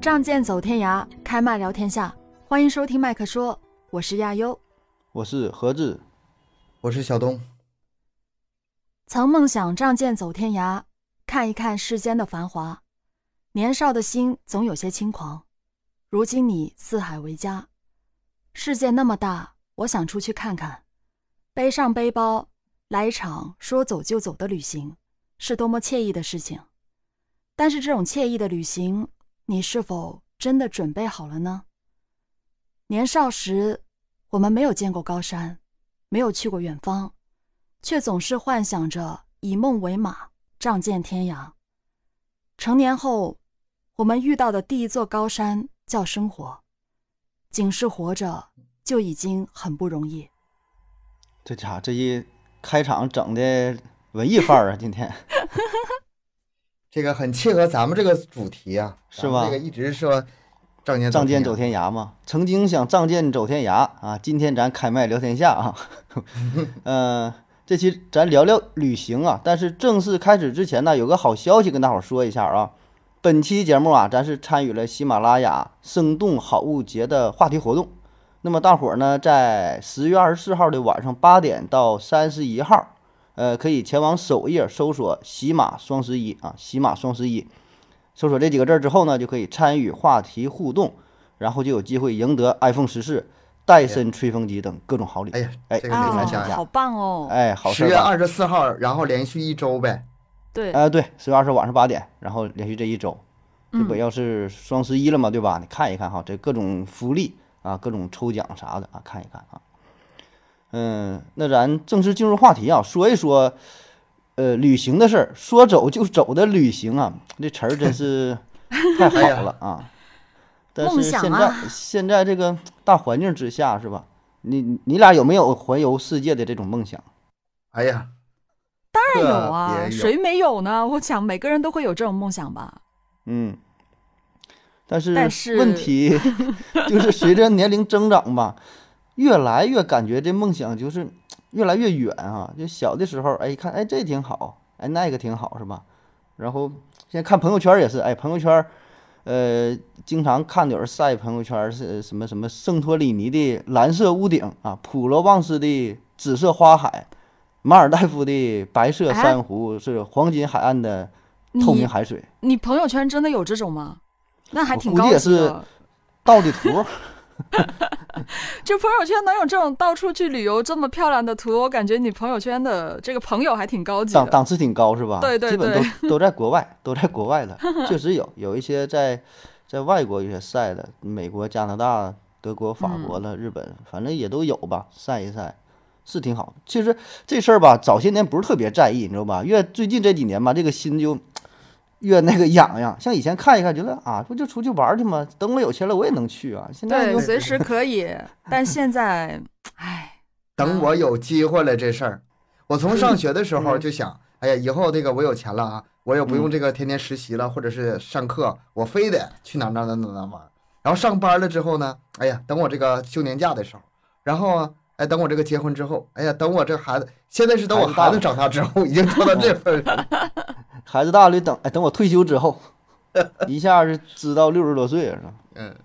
仗剑走天涯，开麦聊天下。欢迎收听麦克说，我是亚优。我是何志，我是小东。曾梦想仗剑走天涯，看一看世间的繁华。年少的心总有些轻狂，如今你四海为家。世界那么大，我想出去看看。背上背包，来一场说走就走的旅行，是多么惬意的事情。但是这种惬意的旅行，你是否真的准备好了呢？年少时，我们没有见过高山，没有去过远方，却总是幻想着以梦为马，仗剑天涯。成年后，我们遇到的第一座高山叫生活，仅是活着就已经很不容易。这家伙这一开场整的文艺范儿啊，今天这个很契合咱们这个主题啊，是咱们吧这个一直说仗剑仗剑走走天天涯嘛，曾经想仗剑走天涯啊，今天咱开麦聊天下啊， 呃，这期咱聊聊旅行啊，但是正式开始之前呢，有个好消息跟大伙儿说一下啊，本期节目啊，咱是参与了喜马拉雅生动好物节的话题活动，那么大伙儿呢，在十月二十四号的晚上八点到三十一号，呃，可以前往首页搜索“喜马双十一”啊，“喜马双十一”，搜索这几个字儿之后呢，就可以参与话题互动，然后就有机会赢得 iPhone 十四、戴森吹风机等各种好礼。涯。哎呀，哎这个可以啊得参来加讲一下呀。好棒哦！哎，好事十儿月吧？二十四号，然后连续一周呗。对，哎，对，十月二十晚上八点，然后连续这一周，这不嗯要是双十一了嘛，对吧？你看一看哈，这各种福利啊，各种抽奖啥的啊，看一看啊。嗯，那咱正式进入话题啊，说一说，呃，旅行的事儿，说走就走的旅行啊，这词儿 真是太哎呀好了啊。但梦是想现在、啊现在这个大环境之下，是吧？你你你俩有没有环游世界的这种梦想？哎呀，当然有特啊，别有谁没有呢？我想每个人都会有这种梦想吧。嗯，但是但是 问题就是随着年龄增长吧，越来越感觉这梦想就是越来越远啊。就小的时候，哎，看哎这挺好，哎那个挺好，是吧？然后现在看朋友圈也是，哎，朋友圈，呃，经常看有人晒朋友圈是什么什么圣托里尼的蓝色屋顶啊，普罗旺斯的紫色花海，马尔代夫的白色哎珊瑚，是黄金海岸的透明你海水。你朋友圈真的有这种吗？那还我挺估计高也级的。盗的图，就朋友圈能有这种到处去旅游这么漂亮的图，我感觉你朋友圈的这个朋友还挺高级档的。档次挺高是吧？对对基本都都在国外，都在国外 的，确实有有一些在在外国有些晒的，美国、加拿大、德国、法国嗯的、日本，反正也都有吧，晒一晒是挺好的。其实这事儿吧，早些年不是特别在意，你知道吧？越最近这几年吧，这个心就。越那个痒痒，像以前看一看，觉得啊，不就出去玩儿去吗？等我有钱了，我也能去啊。现在对，就随时可 以。但现在，唉，等我有机会了这事儿，我从上学的时候嗯就想，哎呀，以后这个我有钱了啊，我也不用这个天天实习了，或者是上课，我非得去哪儿哪儿哪儿哪儿哪儿玩儿。然后上班了之后呢，哎呀，等我这个休年假的时候，然后啊，哎，等我这个结婚之后，哎呀，等我这孩子，现在是等我孩子大孩子长大之后，已经拖到这份儿 上了。孩子大了，等哎等我退休之后， 一下就知道六十多岁了。是吧嗯，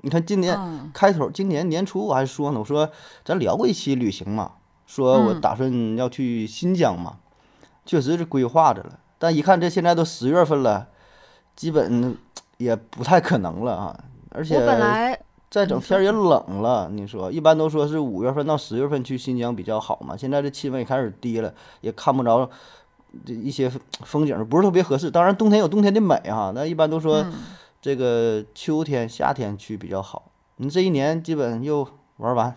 你看今年嗯，开头今年年初我还说呢，我说咱聊过一期旅行嘛，说我嗯打算要去新疆嘛，确实是规划着了，但一看这现在都十月份了，基本也不太可能了啊。而且我本来再整天儿也冷了，你说一般都说是五月份到十月份去新疆比较好嘛，现在这气温也开始低了，也看不着这一些风景，不是特别合适。当然冬天有冬天的美哈、那一般都说嗯这个秋天、夏天去比较好。你这一年基本又玩完，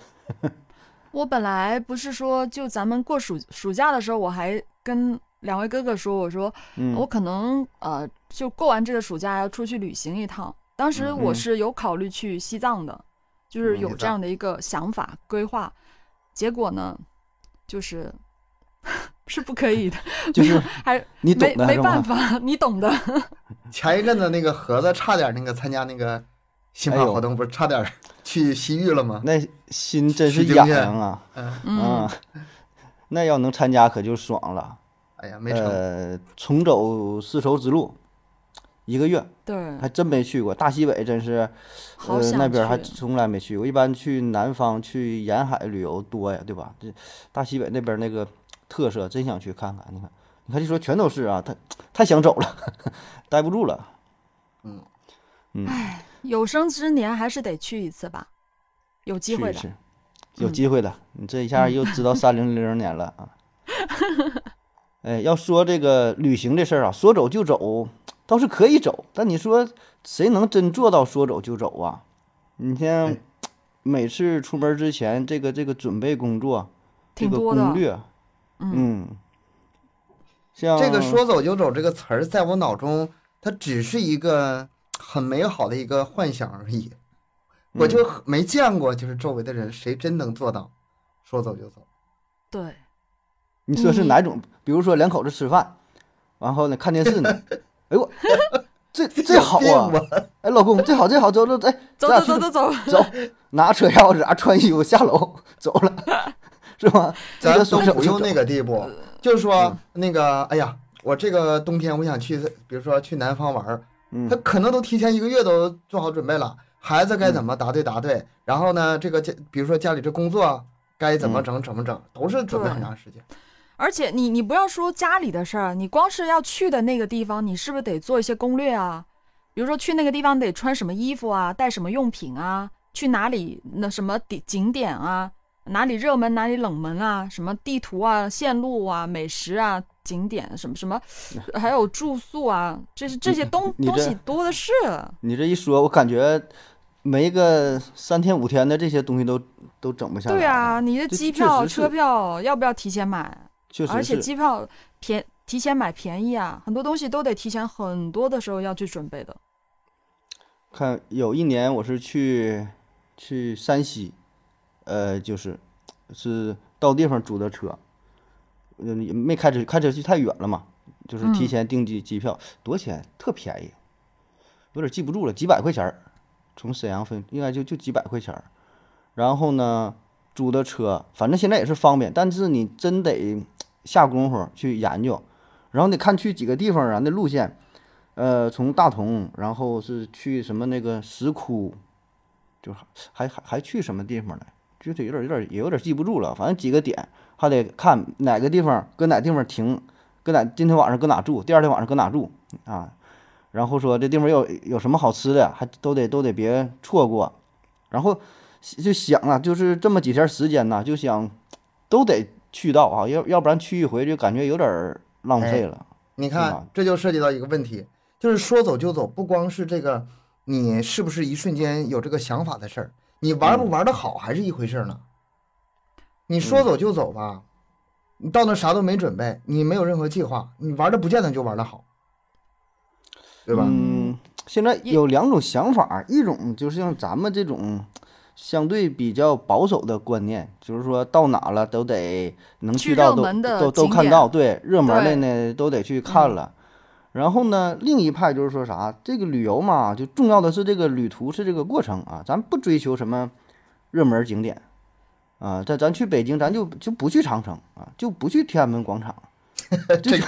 我本来不是说，就咱们过暑暑假的时候，我还跟两位哥哥说，我说、嗯我可能呃，就过完这个暑假要出去旅行一趟。当时嗯我嗯是有考虑去西藏的，就是嗯有西这藏样的一个想法规划。结果呢，就是 是不可以的，就是 还你懂没的没是办吗？法，你懂 的。前一阵子那个盒子差点那个参加那个新哎法呦活动，不是差点去西域了吗？那心真是取经痒去痒啊！嗯，嗯， 那要能参加可就爽了。哎呀，没成。呃，重走丝绸之路，一个月，对，还真没去过。大西北真是，嗯好呃，想那边儿还去从来没去过。一般去南方、去沿海旅游多呀，对吧？这大西北那边儿那个特色，真想去看看。你看，你看，这说全都是啊，太太想走了， 待不住了。哎，有生之年还是得去一次吧，有机去会一的。次，有嗯机会的。你这一下又知道三零零年了啊！哎，要说这个旅行这事儿啊，说走就走倒是可以走，但你说谁能真做到说走就走啊？你像哎每次出门之前，这个这个准备工作，这挺个多的攻略，嗯，像这个说走就走这个词儿，在我脑中，它只是一个很美好的一个幻想而已。我就嗯没见过，就是周围的人谁真能做到说走就走。对，你说嗯是哪种？比如说两口子吃饭，然后呢看电视呢， 哎呦， 这这好啊！哎，老公，这好这好，走走，哎，走咱俩走走去走走， 走，拿车钥匙啊，穿衣服下楼走了，是吧？咱这都松手不用那个，呃嗯个地步，就是说那个，哎呀，我这个冬天我想去，比如说去南方玩儿，嗯他可能都提前一个月都做好准备了，孩子嗯该怎么答对答对，然后呢，这个家，比如说家里这工作该怎嗯么整怎么整，都是准备很长时间。而且你你不要说家里的事儿，你光是要去的那个地方，你是不是得做一些攻略啊？比如说去那个地方得穿什么衣服啊，带什么用品啊，去哪里那什么景景点啊，哪里热门哪里冷门啊，什么地图啊、线路啊、美食啊、景点什么什么，还有住宿啊，这是这些东你东这西多的是。你这一说，我感觉没个三天五天的这些东西都都整不下来。对啊，，你的这机确票、实是车票要不要提前买？确实而且是。机票便提前买便宜啊，很多东西都得提前很多的时候要去准备的。看有一年我是去去山西，呃，就是是到地方租的车，嗯，也没开车，开车去太远了嘛，就是提前订机机票，多少钱？特便宜，有点记不住了，几百块钱儿，从沈阳飞应该就就几百块钱儿。然后呢，租的车，反正现在也是方便，但是你真得下功夫去研究，然后你看去几个地方啊，那路线。呃，从大同，然后是去什么那个石窟，就是还还还去什么地方来，具体有点有点也有点记不住了，反正几个点还得看哪个地方搁哪地方停，搁哪今天晚上搁哪住，第二天晚上搁哪住啊，然后说这地方有有什么好吃的，还都得都得别错过，然后就想啊，就是这么几天时间呐，就想都得去到啊，要要不然去一回就感觉有点儿浪费了，你吧看，这就涉及到一个问题，就是说走就走，不光是这个，你是不是一瞬间有这个想法的事儿，你玩不玩得好还是一回事儿呢。你说走就走吧，你到那啥都没准备，你没有任何计划，你玩的不见得就玩得好，对吧？嗯，现在也有两种想法，一种就是像咱们这种相对比较保守的观念，就是说到哪了都得能去去到热都门的都都景看点到，对，热门的呢都得去看了。然后呢，另一派就是说啥，这个旅游嘛，就重要的是这个旅途是这个过程啊，咱不追求什么热门景点啊，咱咱去北京，咱就就不去长城啊，就不去天安门广场，啊 这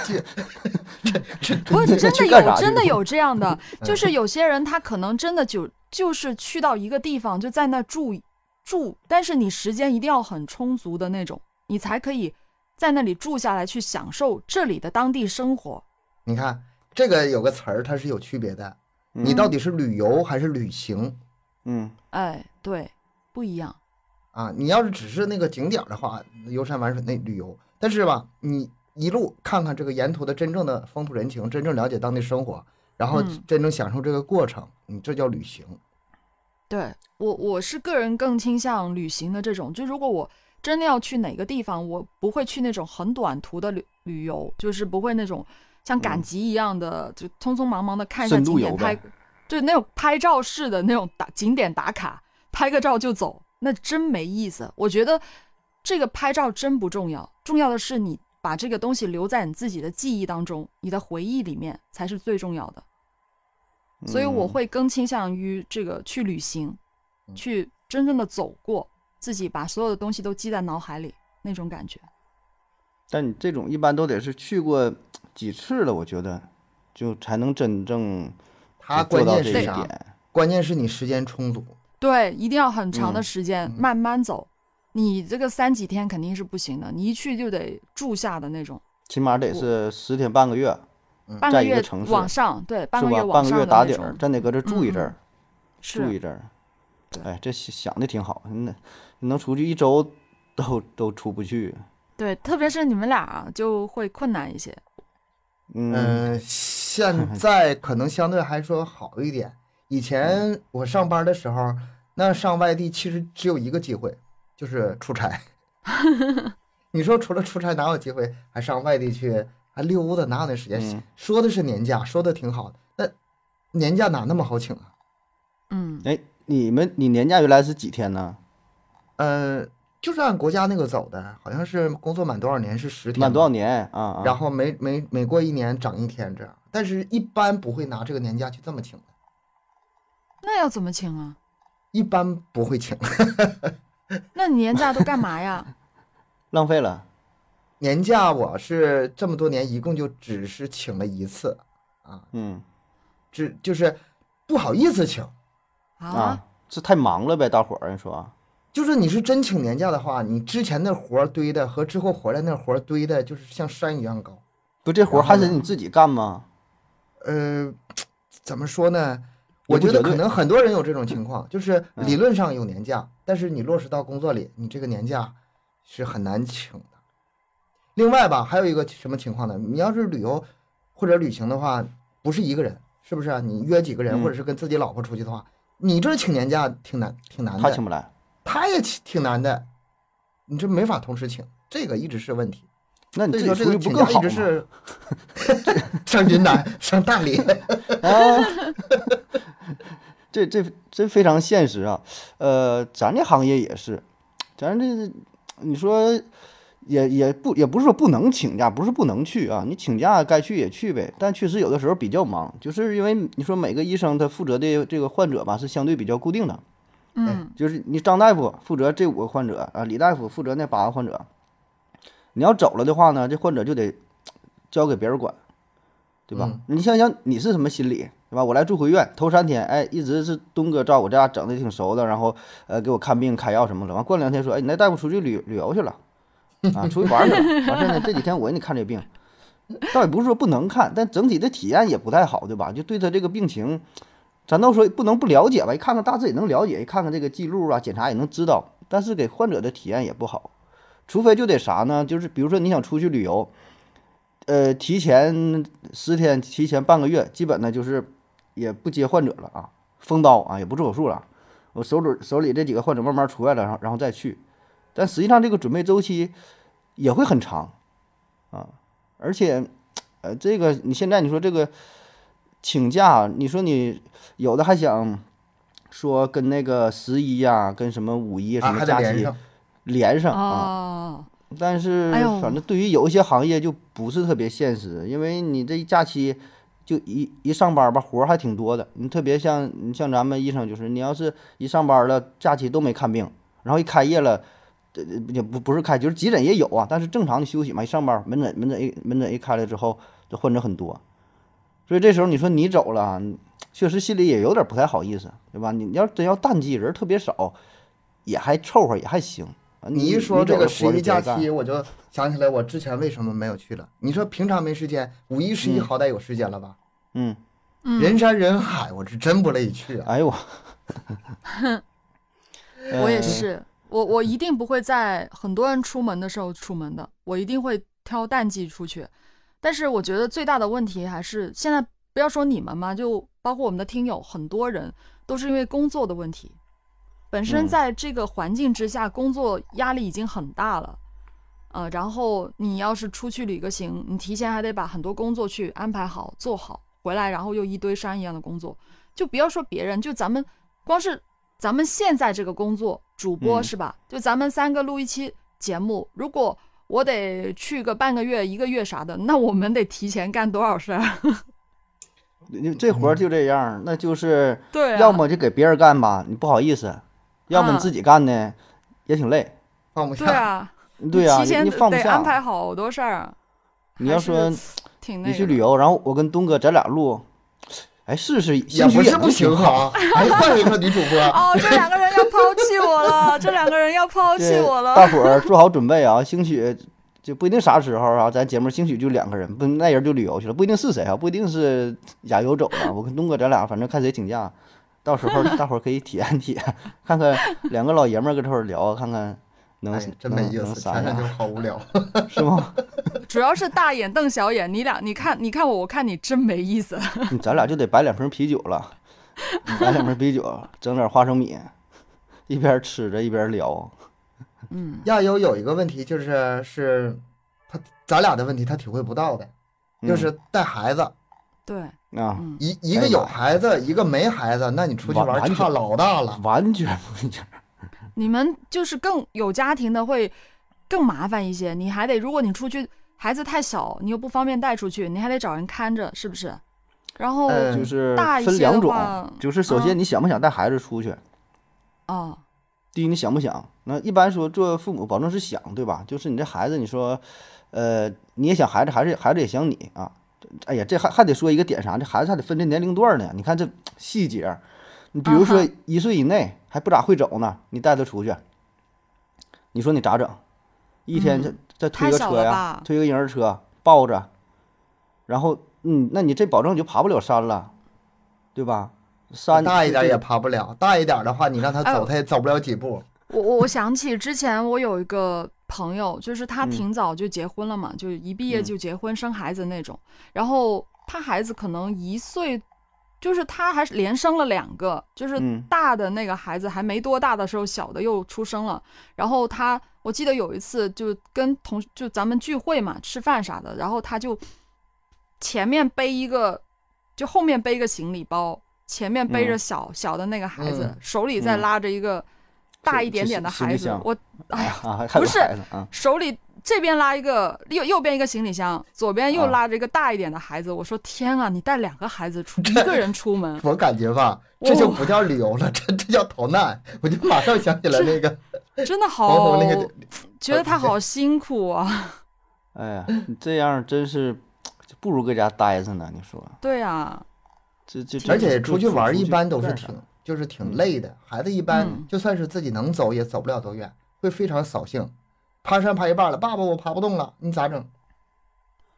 这不 过真的去干啥有去真的了有这样 的，就是有些人他可能真的就就是去到一个地方就在那住住，但是你时间一定要很充足的那种，你才可以在那里住下来去享受这里的当地生活。你看这个有个词儿，它是有区别的，你到底是旅游还是旅行嗯，哎，对，不一样。啊？你要是只是那个景点儿的话，游山玩水那旅游，但是吧，你一路看看这个沿途的真正的风土人情，真正了解当地生活，然后嗯真正享受这个过程，你这叫旅行。对我，我是个人更倾向旅行的这种。就如果我真的要去哪个地方，我不会去那种很短途的旅旅游，就是不会那种像赶集一样的，就匆匆忙忙的看一下深景度点嗯游拍呗，，就是那种拍照式的那种打景点打卡，拍个照就走，那真没意思。我觉得这个拍照真不重要，重要的是你把这个东西留在你自己的记忆当中，你的回忆里面才是最重要的。所以我嗯会更倾向于这个去旅行，去真正的走过，自己把所有的东西都记在脑海里那种感觉。嗯但你这种一般都得是去过几次了，我觉得就才能真正就它啊关做到键这是一啥？点。关键是你时间充足。对，一定要很长的嗯时间，嗯慢慢走。你这个三几天肯定是不行的，你一去就得住下的那种，起码得我是十天半个月，半嗯在个一个月城市往上，对，半是个吧？月半往个上月的打那底儿种，，咱得搁这住一阵儿，住一是阵儿。对哎，这想想的挺好，那能出去一周都都出不去。对，特别是你们俩啊就会困难一些，嗯，嗯，现在可能相对还说好一点。嗯以前我上班的时候，那上外地其实只有一个机会，就是出 差。你说除了出差，哪有机会还上外地去还溜达？哪有那时间？嗯说的是年假，说的挺好的，那年假哪那么好请啊？嗯，哎，你们你年假原来是几天呢？呃嗯、就是按国家那个走的，好像是工作满多少年是十天吧，满多少年啊啊？然后每每每过一年涨一天这样，但是一般不会拿这个年假去这么请的，那要怎么请啊？一般不会请。那你年假都干嘛 呀？浪费了。年假我是这么多年一共就只是请了一次，嗯只就是不好意思请。啊，，这太忙了呗，大伙儿，你说啊就是你是真请年假的话，你之前的活儿堆的和之后回来那活儿堆的，就是像山一样高。不？这活儿还得你自己干吗？呃，怎么说呢？也我不觉得绝对可能很多人有这种情况，就是嗯理论上有年假，但是你落实到工作里，你这个年假是很难请的。另外吧，还有一个什么情况呢？你要是旅游或者旅行的话，不是一个人，是不是、啊？你约几个人，嗯或者是跟自己老婆出去的话，你这请年假挺难，挺难他的请。不来，他也挺挺难的，你这没法同时请，这个一直是问题。那你所自以己出去不说这个请更假一好直吗？是 上云南、上大理。啊，这这这非常现实啊。呃，咱这行业也是，咱这你说也也不也不是说不能请假，不是不能去啊，你请假该去也去呗。但确实有的时候比较忙，就是因为你说每个医生他负责的这个患者吧是相对比较固定的，嗯，就是你张大夫负责这五个患者啊，李大夫负责那八个患者。你要走了的话呢，这患者就得交给别人管，对吧？嗯你想想你是什么心理，对吧？我来住回院头三天，哎，一直是东哥照顾，这家整的挺熟的，然后呃给我看病开药什么的。完过两天说，哎，你那大夫出去旅旅游去了，啊，出去玩去了。完事儿呢，这几天我给你看这病，倒也不是说不能看，但整体的体验也不太好，对吧？就对他这个病情，咱都说不能不了解吧，一看看大致也能了解，一看看这个记录啊，检查也能知道，但是给患者的体验也不好。除非就得啥呢？就是比如说你想出去旅游，呃，提前十天、提前半个月，基本呢就是也不接患者了啊，封刀啊，也不做手术了。我手里手里这几个患者慢慢出来了，然后然后再去。但实际上这个准备周期也会很长啊，而且，呃，这个你现在你说这个请假，你说你有的还想说跟那个十一呀、跟什么五一啊，什么还得假连期上。连上啊。哦，但是哎呦反正对于有一些行业就不是特别现实，因为你这一假期就一一上班吧，活儿还挺多的。你特别像你像咱们医生，就是你要是一上班了，假期都没看病，然后一开业了。这也不不是开，就是急诊也有啊，但是正常的休息嘛，一上班门诊门诊一门诊一开了之后，这患者很多，所以这时候你说你走了啊，确实心里也有点不太好意思，对吧？你要真要淡季人特别少，也还凑合，也还行。啊你一说走这个了十活儿一就别假干期，我就想起来我之前为什么没有去了。你说平常没时间，五一、十一嗯好歹有时间了吧？嗯，嗯，人山人海，我是真不乐意去啊。哎呦我， 我也呃，是，我我一定不会在很多人出门的时候出门的，我一定会挑淡季出去。但是我觉得最大的问题还是现在，不要说你们嘛，就包括我们的听友，很多人都是因为工作的问题，本身嗯在这个环境之下，工作压力已经很大了。呃，然后你要是出去旅个行，你提前还得把很多工作去安排好、做好，回来然后又一堆山一样的工作，就不要说别人，就咱们光是咱们现在这个工作，主播嗯是吧？就咱们三个录一期节目，如果我得去个半个月、一个月啥的，那我们得提前干多少事儿？你这活儿就这样儿，那就是 对、啊，嗯要么就给别人干吧，你不好意思；要么你自己干呢，也挺累。放不对下，啊，对呀、提前你得放不安排下。好多事儿。啊你要还是说挺那你个去的旅游，然后我跟东哥咱俩录，哎，试试，也兴许不是能不行挺好。 哈。哎，换一个女主播，哦，这两个人要抛弃我了，这两个人要 抛弃这我大了。伙儿做好准备啊，兴许就不一定啥时候啊，咱节目兴许就两个人，不那人就旅游去了，不一定是谁啊，不一定是亚游走了。我跟东哥咱俩反正看谁请假，到时候大伙儿可以体验体验， 看看两个老爷们儿搁这会儿聊，啊看看能、 哎，真没意能能思，啥想想就样好 无聊。是吗？主要是大眼瞪小眼，你俩你看你看我，我看你，真没意思。你咱俩就得摆两瓶啤酒了，摆两瓶啤酒，整点花生米，一边吃着一边聊。嗯，亚优有一个问题就是是他咱俩的问题他体会不到的，就嗯是带孩子，对，啊，嗯，一一哎个呀有妈呀孩子，一个没孩子，那你出去完玩完差全老大了。完全不一样。你们就是更有家庭的会更麻烦一些，你还得如果你出去孩子太小，你又不方便带出去，你还得找人看着，是不是？然后、呃就是嗯大一分些的两种话，就是首先嗯你想不想带孩子出去，哦，第一你想不想？那一般说做父母保证是想，对吧？就是你这孩子，你说，呃，你也想孩子，孩子孩子也想你啊。哎呀，这还还得说一个点啥？这孩子还得分这年龄段呢。你看这细节儿，你比如啊说哈一岁以内还不咋会走呢，你带他出去，你说你咋整？一天再再推嗯太个小车了呀吧，推个婴儿车抱着，然后嗯，那你这保证你就爬不了山了，对吧？山大一点这也爬不了，大一点的话，你让他哎走，呦他也走不了几步。我我我想起之前我有一个朋友，就是他嗯挺早就结婚了嘛，就一毕业嗯就结婚生孩子那种。然后他孩子可能一岁，就是他还是连生了两个，就是嗯大的那个孩子还没多大的时候，小的又出生了。然后他我记得有一次就跟同就咱们聚会嘛，吃饭啥的，然后他就前面背一个，就后面背一个行李包。前面背着嗯小、小的那个孩子，嗯手里再嗯拉着一个大一点点的行孩行李子箱，我哎呀，啊，还不还有个是孩子 啊，手里这边拉一个右右边一个行李箱，左边又啊拉着一个大一点的孩子，我说天啊，你带两个孩子 出一个人出门，我感觉吧，这就不叫旅游了， 这这叫逃难。我就马上想起来那个真的黄好宏那个，觉得他好辛苦啊。哎呀，你这样真是就不如搁家待着呢。你说 对啊，这这，而且出去玩一般都是挺挺就是挺累的，孩子一般嗯就算是自己能走也走不了多远，会非常扫兴。爬山爬一半了，爸爸我爬不动了，你咋整？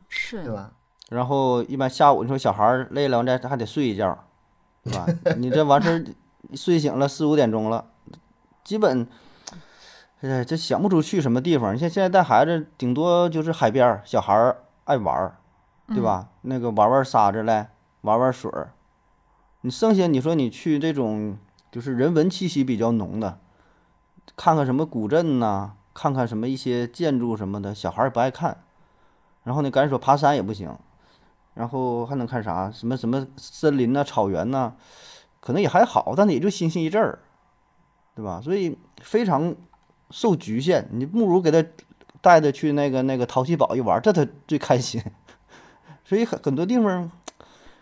对是吧？然后一般下午你说小孩儿累了，完再还得睡一觉，对 吧？你这完事儿睡醒了四五点钟了，基本，哎，这想不出去什么地方。你像现在带孩子，顶多就是海边儿，小孩儿爱玩儿，嗯对吧？那个玩玩沙子嘞，玩玩水儿。你剩下你说你去这种就是人文气息比较浓的，看看什么古镇呐、看看什么一些建筑什么的，小孩儿也不爱看。然后呢，赶紧说爬山也不行，然后还能看啥？什么什么森林呐、草原呐、可能也还好，但是也就新鲜一阵儿，对吧？所以非常受局限。你不如给他带他去那个那个淘气堡一玩儿，这他最开心。所以很很多地方，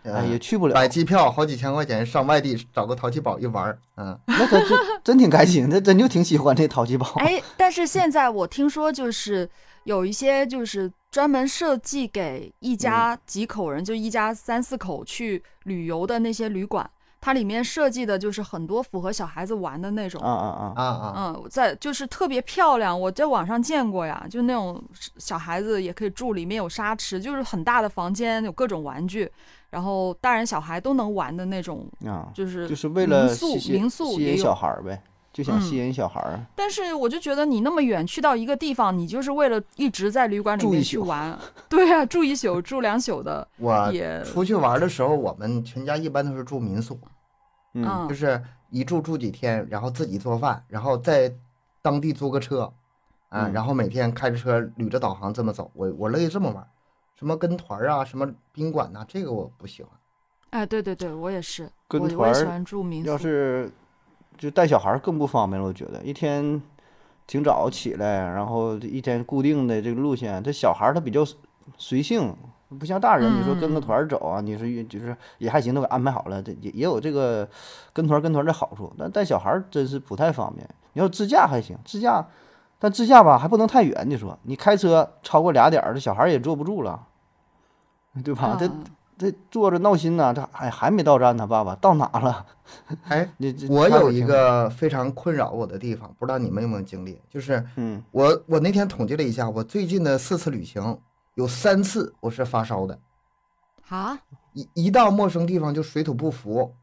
哎，嗯也去不了。嗯买机票好几千块钱上外地找个淘气堡一玩儿，嗯，那 他真真挺开心，他真就挺喜欢这淘气堡。哎，但是现在我听说就是有一些就是专门设计给一家几口人，就一家三四口去旅游的那些旅馆，它里面设计的就是很多符合小孩子玩的那种 啊啊啊！啊啊，嗯，在就是特别漂亮，我在网上见过呀，就那种小孩子也可以住，里面有沙池，就是很大的房间，有各种玩具，然后大人小孩都能玩的那种，啊，就是就是为了民宿吸吸民宿吸也引有小孩儿呗，就想吸嗯引小孩儿。但是我就觉得你那么远去到一个地方，你就是为了一直在旅馆里住面一去宿 玩，对啊，住一宿住两宿的我也，啊出去玩的时候，我们全家一般都是住民宿，嗯，嗯就是一住住几天，然后自己做饭，然后在当地租个车，啊，嗯然后每天开着车捋着导航这么走。我我乐意这么玩，什么跟团啊，什么宾馆呐、这个我不喜欢。哎，对对对，我也是，跟我我团也儿喜欢住民要宿，是就带小孩儿更不方便了，我觉得一天挺早起来，然后一天固定的这个路线，这小孩儿他比较随性，不像大人，你说跟个嗯团儿走啊，你是就是也还行，都给安排好了，这也也有这个跟团儿跟团儿的好处，但带小孩儿真是不太方便。你要自驾还行，自驾，但自驾吧还不能太远，你说你开车超过俩点儿，这小孩儿也坐不住了，对吧？这嗯这坐着闹心呢、这还还没到站呢，爸爸到哪了？哎，你这我嗯他有一听个非常困扰我的地方，不知道你们有没有经历，就是嗯我我那天统计了一下，我最近的四次旅行有三次我是发烧的，啊，一一到陌生地方就水土不服，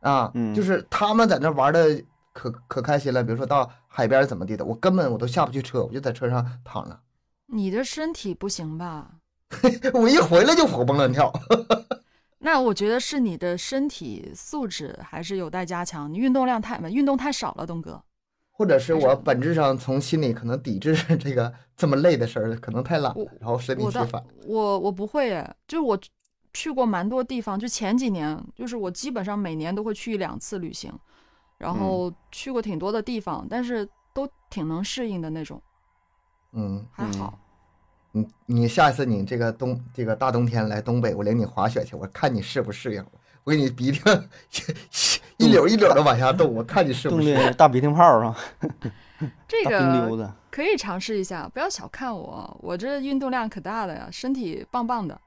啊，嗯就是他们在那玩的可可开心了，比如说到海边怎么地的，我根本我都下不去车，我就在车上躺着， 你的身体不行吧？我一回来就活蹦乱跳。 那我觉得是你的身体素质还是有待加强，你运动量太运动太少了，东哥。或者是还是我本质上从心里可能抵制这个这么累的事儿，可能太懒了我，然后身体我缺倒乏。我我不会耶，就是我去过蛮多地方，就前几年，就是我基本上每年都会去一两次旅行，然嗯后去过挺多的地方，但是都挺能适应的那种，嗯，还好。你你下一次你这个冬这个大冬天来东北，我领你滑雪去，我看你适不适应。我给你鼻涕 一绺一绺的往下动，我看你适不冻适应。的大鼻涕泡儿啊，这 大冰溜个子。可以尝试一下，不要小看我，我这运动量可大了呀，身体棒棒的。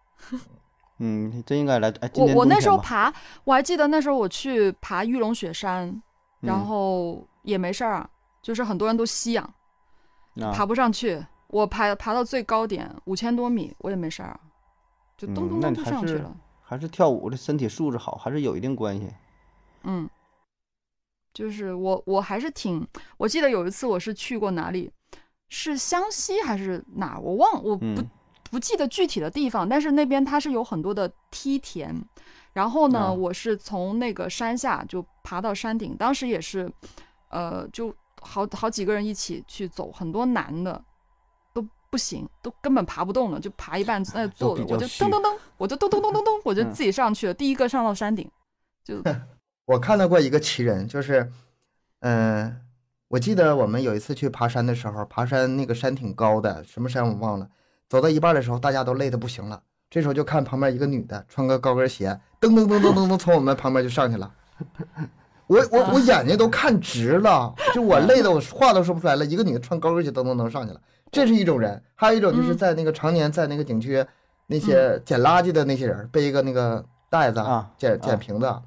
嗯，真应该来。哎，今我年我冬那时候天吧爬，我还记得那时候我去爬玉龙雪山，然嗯后也没事儿啊，就是很多人都吸氧，啊爬不上去。我爬爬到最高点五千多米，我也没事儿啊，就咚嗯咚咚那你就还上去是了。还是跳舞的身体素质好，还是有一定关系。嗯，就是我我还是挺，我记得有一次我是去过哪里，是湘西还是哪儿，我忘我不、嗯不记得具体的地方，但是那边它是有很多的梯田。然后呢，啊我是从那个山下就爬到山顶，当时也是，呃，就好好几个人一起去走，很多男的都不行，都根本爬不动了，就爬一半在那坐着，比我较就虚噔噔噔，我就噔噔噔噔噔，我就嗯自己上去了，第一个上到山顶， 就我看到过一个奇人，就是，嗯、我记得我们有一次去爬山的时候，爬山那个山挺高的，什么山我忘了。走到一半的时候，大家都累得不行了，这时候就看旁边一个女的穿个高跟鞋，噔噔噔噔噔噔从我们旁边就上去了。我我我眼睛都看直了，就我累得我话都说不出来了。一个女的穿高跟鞋噔噔噔上去了，这是一种人；还有一种就是嗯在那个常年在那个景区那些捡垃圾的那些人，背一个那个袋子啊捡啊捡瓶子啊，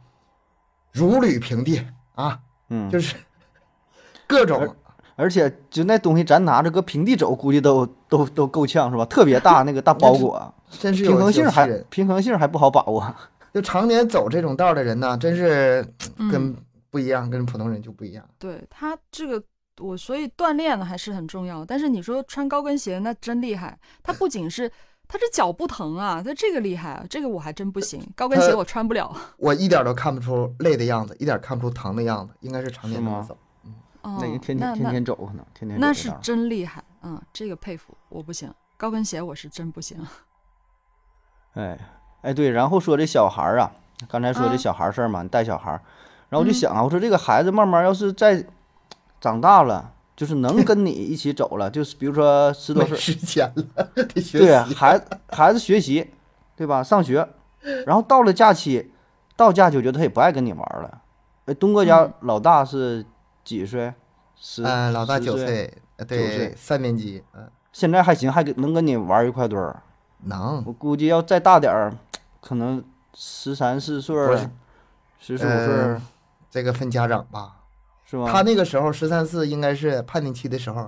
如履平地啊，嗯，就是各种而且就那东西，咱拿着搁平地走，估计都都都够呛是吧？特别 大那个大包裹，真是有平衡性有些还人，平衡性还不好把哦握。就常年走这种道的人呢，真是嗯跟不一样，跟普通人就不一样。对他这个，我所以锻炼还是很重要。但是你说穿高跟鞋，那真厉害。他 不仅是他这脚不疼啊，他这个厉害，啊，这个我还呃真不行，高跟鞋他我穿不了。 我一点都看不出累的样子，一点看不出疼的样子，应该是常年是那么吗走。哦，那人天那天天那天走，可能天天走那这是道儿真厉害，嗯，这个佩服，我不行，高跟鞋我是真 不行。哎哎对，然后说这小孩儿啊，刚才说嗯啊这小孩儿事儿嘛，你带小孩儿，然后我就嗯想啊，我说这个孩子慢慢要是再长大了，就是 能跟你一起走了，就是比如说十多没岁，时间了， 得学对啊，习。孩子孩子学习，对吧？上学，然后到了假期，到假期我觉得他也不爱跟你玩儿了。哎，东哥家嗯老大是几岁？十，嗯，老大十九岁，岁，岁呃对，三年级，嗯，现在还行，还跟能跟你玩儿一块堆儿。能我估计要再大点儿，可能十三四岁不儿是，十四五岁儿呃，这个分家长吧。是吧？他那个时候十三四应该是叛逆期的时候，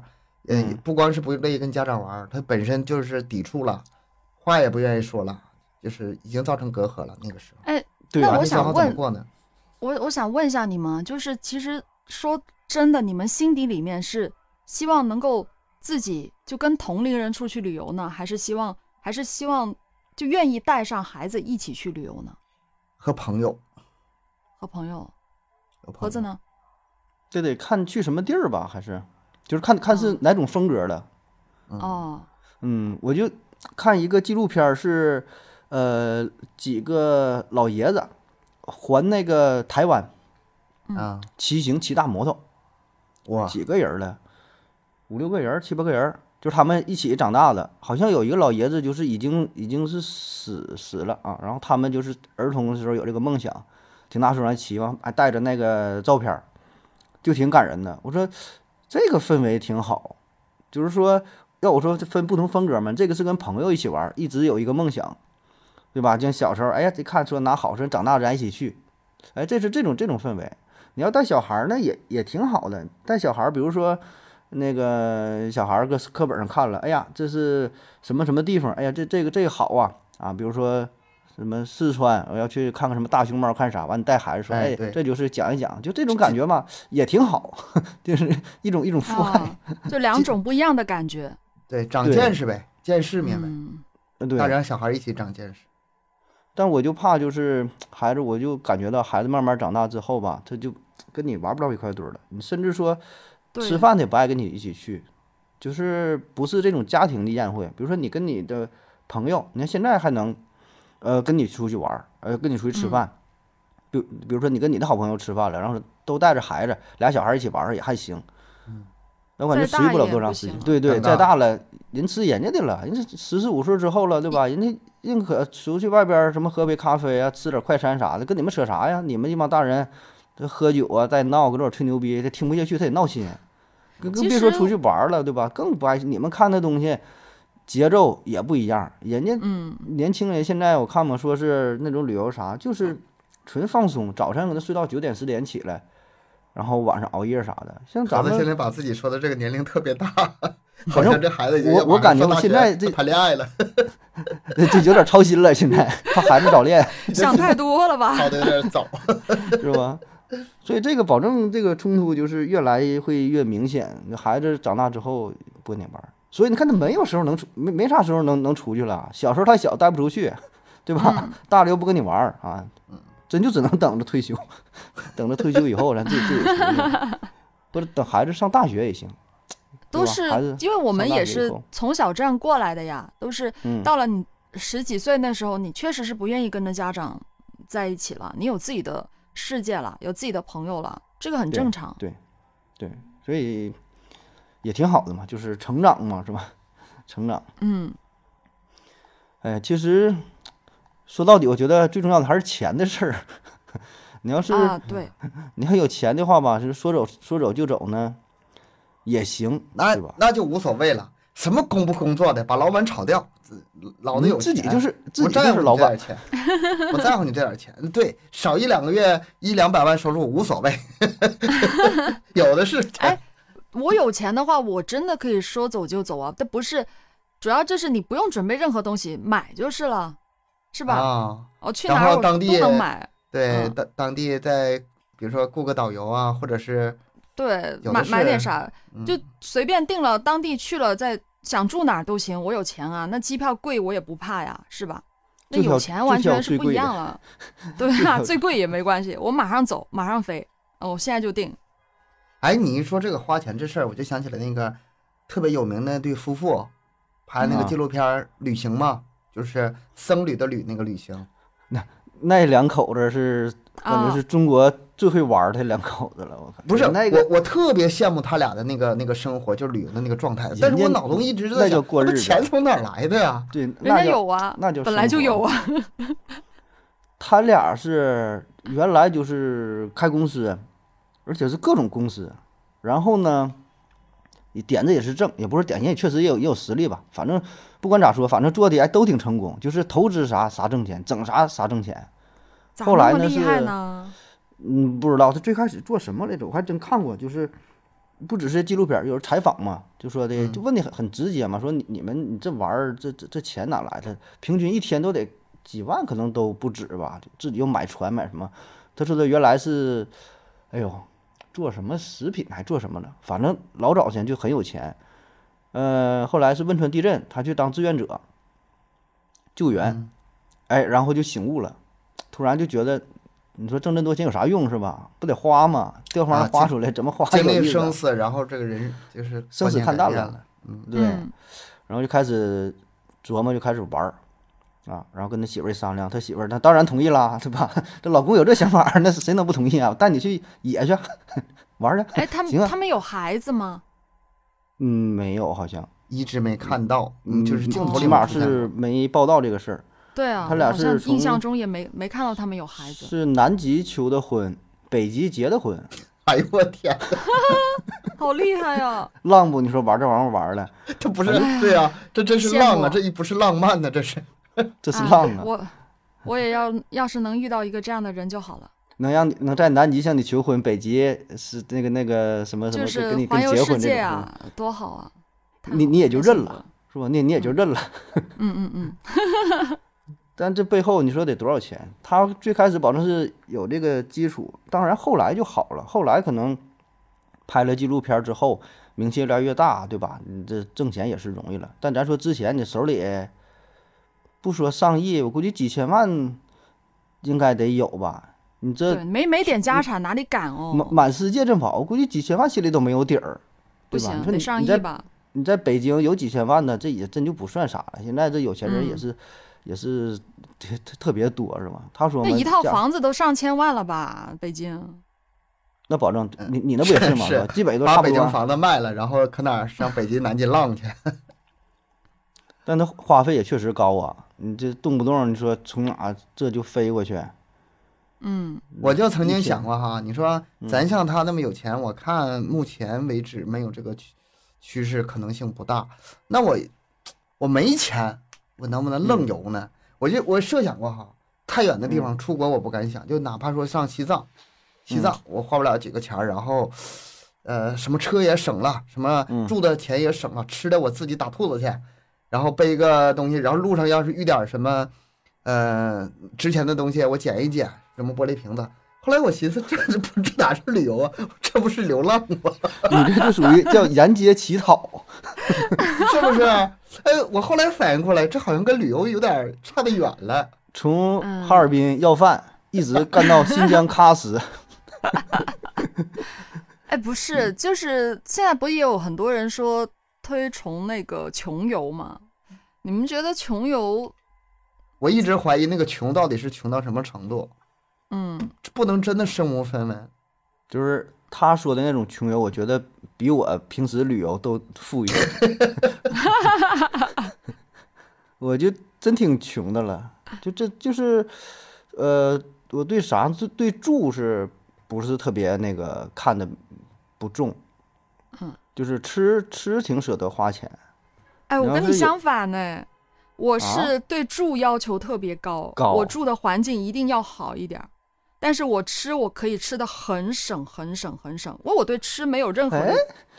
呃嗯，不光是不乐意跟家长玩儿，他本身就是抵触了，话也不愿意说了，就是已经造成隔阂了。那个时候，哎，对那啊我那想小孩怎么问过呢？我我想问一下你们，就是其实说真的，你们心底里面是希望能够自己就跟同龄人出去旅游呢，还是希望还是希望就愿意带上孩子一起去旅游呢？和朋友，和朋友，和朋盒友子？呢？这得看去什么地儿吧，还是就是看看是哪种风格的。嗯 哦，嗯，我就看一个纪录片儿是，呃，几个老爷子环那个台湾嗯啊，骑行骑大摩托，哇，几个人儿了，五六个人儿，七八个人儿，就是他们一起长大的。好像有一个老爷子就是已经已经是死死了啊，然后他们就是儿童的时候有这个梦想，挺大岁数还骑嘛，还带着那个照片儿，就挺感人的。我说这个氛围挺好，就是说要我说这分不同风格嘛，这个是跟朋友一起玩儿，一直有一个梦想。对吧？就像小时候，哎呀，这看说哪好，说长大咱一起去，哎，这是这种这种氛围。你要带小孩儿呢，也也挺好的。带小孩儿，比如说那个小孩儿搁课本上看了，哎呀，这是什么什么地方？哎呀，这这个这个好啊啊！比如说什么四川，我要去看看什么大熊猫，看啥？完，你带孩子说，哎哎对，这就是讲一讲，就这种感觉嘛，也挺好， 就是一种一种父爱。啊，就两种不一样的感 觉。对，长对见识呗，见世面呗，嗯，嗯对，大人小孩一起长见识。但我就怕就是孩子，我就感觉到孩子慢慢长大之后吧，他就跟你玩不到一块堆儿了。你甚至说对，吃饭他也不爱跟你一起去，就是不是这种家庭的宴会。比如说你跟你的朋友，你看现在还能，呃，跟你出去玩儿，呃，跟你出去吃饭。比嗯如比如说你跟你的好朋友吃饭了，然后都带着孩子，俩小孩儿一起玩儿也还行。嗯，那我感觉再持续大不了也多不长时行啊间。了对对，长再大大了，人吃人家的了，人家十四五岁之后了，对嗯吧？人家宁可出去外边儿什么喝杯咖啡啊，吃点快餐啥的，跟你们扯啥呀？你们一帮大人，这喝酒啊，再闹，搁这儿吹牛逼，他听不下去，他也闹心。更更其别说实出去玩儿了，对吧？更不爱。你们看的东西节奏也不一样，人家 嗯，年轻人现在我看嘛，说是那种旅游啥，就是纯放松，早晨可能睡到九点十点起来，然后晚上熬夜啥的。像咱咱们们现在把自己说的这个年龄特别大，好反正像这孩子已经我要我马上感觉上我大现学在这谈 恋爱了，这这有点操心了，现在 怕孩子早恋想太多了 吧？操的有点早。是吧？ 所以这个保证这个冲突就是越来会越明显。那孩子长大之后不跟你玩儿，所以你看他没有时候能出，没没啥时候能能出去了。小时候太小带不出去，对吧？大了又不跟你玩儿啊，真就只能等着退休， 等着退休以后咱自己自己出去，或者等孩子上大学也行。都对吧是孩子因为我们上大也学以是后从小这样过来的呀，都是嗯，到了你十几岁那时候，你确实是不愿意跟着家长在一起了，你有自己的世界了，有自己的朋友了，这个很对正常。对，所以也挺好的嘛，就是成长嘛，是吧？ 成长。嗯，哎，其实说到底，我觉得最重要的还是钱的事儿。 你要是、啊， 对，你要有钱的话吧，就是说走说走就走呢，也行，那对吧？那就无所谓了，什么工不工作的，把老板炒掉，自老子你有自己钱就是自不己就在乎是你老这板点，钱，我在乎你这点钱，对，少一两个月一两百万收入无所谓， 有 的是钱哎，我有钱的话，我真的可以说走就走啊，但不是，主要就是你不用准备任何东西，买就是了，是吧？啊，我哦去然哪儿后我当都地能买，对，嗯当当地再比如说雇个导游啊，或者是对，有的买买点是啥嗯就随便定了，当地去了再想住哪儿都行，我有钱啊，那机票贵我也不怕呀，是吧？那最有票钱完全是不一样了，对啊，最最贵也没关系，我马上走，马上飞，哦，我现在就定，哎，你一说这个花钱这事儿，我就想起来那个特别有名的那对夫妇，拍那个嗯纪录片儿《旅行》嘛，就是僧侣的侣那个旅行。那两口子是感觉啊是中国最会玩儿的两口子了。我看不是那个我，我特别羡慕他俩的那个那个生活，就是旅游的那个状态人。但是我家脑中一直那在叫想，过这日子钱从哪儿来的呀？对，人那家叫有啊，那就本来就生活有 啊，他俩是原来就是开公司，而且是各种公司。然后呢，你点子也是正，也不是点，人也确实也有也有实力吧。反正不管咋说，反正做的还都挺成功，就是投资啥啥挣钱，整啥啥挣钱。咋后来那么呢厉害是呢？嗯，不知道他最开始做什么来着，我还真看过，就是不只是纪录片儿，有人采访嘛，就说的嗯就问的很很直接嘛，说你你们你这玩意儿这这这钱哪来的？平均一天都得几万，可能都不止吧，就自己又买船买什么？他说的原来是，哎呦，做什么食品还做什么呢？反正老早前就很有钱。呃，后来是汶川地震，他去当志愿者救援，嗯哎，然后就醒悟了，突然就觉得，你说挣这么多钱有啥用是吧？不得花吗？掉方啊上花经出来，怎么花 经有意历思啊生死，然后这个人就是生死观念看改淡变了了。嗯，对，嗯然后就开始琢磨，就开始玩儿啊，然后跟他媳妇儿一商量，他媳妇儿那当然同意啦， 对吧？这老公有这想法儿，那 是谁能不同意啊？我带你去野去 玩儿去。哎，他行啊们他们有孩子吗？嗯，没有，好哦像，一直没看到，嗯，就是镜头里起码没出现 是没报道这个事儿。对啊，他俩好像是印象从中也没没看到他们有孩子，是南极求的婚，北极结的婚。哎呦我天，好厉害呀！浪不？你说玩这玩意儿玩儿了，哎这不是对啊，这真是羡浪慕啊，这一不是浪漫呢，这是这是啊浪啊！我我也要，要是能遇到一个这样的人就好了。能让你能在南极向你求婚，北极是那个那个什么什么就跟是跟你跟环你游结世婚这界种，啊，多好啊！太你好你也就太幸认福了。是吧？你你也就认了。嗯嗯嗯，但这背后你说得多少钱？他最开始保证是有这个基础，当然后来就好了。后来可能拍了纪录片之后，名气越来越大，对吧？你这挣钱也是容易了。但咱说之前你手里不说上亿，我估计几千万应该得有吧？你这对，没没点家产哪里敢哦？满满世界这么跑，我估计几千万心里都没有底儿，不对吧？行，你得说你上你亿在吧？你在北京有几千万的，这也真就不算啥了。现在这有钱人也嗯是，也是特特特别多，是吧？他说那嘛一套价房子都上千万了吧？北京，那保证嗯你你那不也是 吗？是吧基本都把差不北京多，啊房子卖了，然后可哪儿上北京、南京浪去？但那花费也确实高啊。你这动不动你说从哪这就飞 过去，嗯，我就曾经想过哈，你说咱像他那么有钱，我看目前为止没有这个趋趋势，可能性不大。那我我没钱，我能不能愣游呢？我就我设想过哈，太远的地方出国我不敢想，就哪怕说上西藏，西藏我花不了几个钱儿，然后呃什么车也省了，什么嗯住的钱也省了，吃的我自己打兔子去，然后背一个东西，然后路上要是遇点儿什么。呃，值钱的东西我捡一捡，什么玻璃瓶子。后来我寻思，这是不这哪是旅游啊？ 这不是流浪吗？ 你这就属于叫沿街乞讨。是不是？哎，我后来反应过来，这好像跟旅游有点差得远了。从哈尔滨要饭，一直干到新疆喀什。哎，不嗯是，就是现在不也有很多人说推崇那个穷游吗？你们觉得穷游，我一直怀疑那个穷到底是穷到什么程度，嗯，这不能真的身无分文。就是他说的那种穷游，我觉得比我平时旅游都富裕。 我就真挺穷的了，就这就是，呃，我对啥就对住是不是特别那个看的不重，嗯，就是吃吃挺舍得花钱，哎，我然跟后你是有相反呢，我啊是对住要求特别高，高我住的环境一定要好一点儿，但是我吃我可以吃的很省很省很省，我我对吃没有任何的哎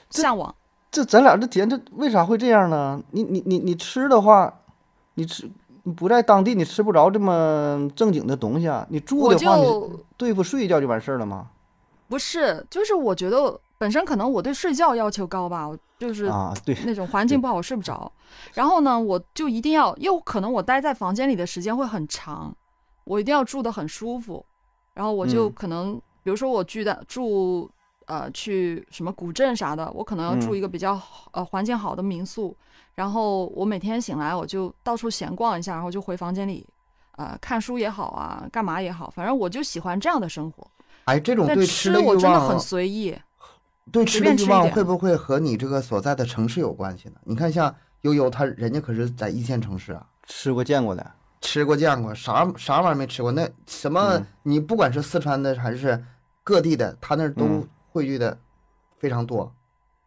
向往。这咱俩这体验，这为啥会这样呢？你你你你吃的话，你吃你不在当地，你吃不着这么正经的东西啊。你住我的话，你就对付睡一觉就完事儿了吗？不是，就是我觉得本身可能我对睡觉要求高吧，我就是啊，对，那种环境不好睡不着。然后呢，我就一定要，又可能我待在房间里的时间会很长，我一定要住得很舒服。然后我就嗯可能，比如说我住的住呃去什么古镇啥的，我可能要住嗯一个比较好呃环境好的民宿。然后我每天醒来我就到处闲逛一下，然后就回房间里。呃，看书也好啊，干嘛也好，反正我就喜欢这样的生活。哎，这种但对吃的欲我真的望啊很，随意。对随吃的便吃欲一望点会不会和你这个所在的城市有关系呢？你看，像悠悠他人家可是在一线城市啊，吃过见过的，吃过见过啥啥玩意儿没吃过？那什么，嗯你不管是四川的还是各地的，他那儿都嗯汇聚的非常多。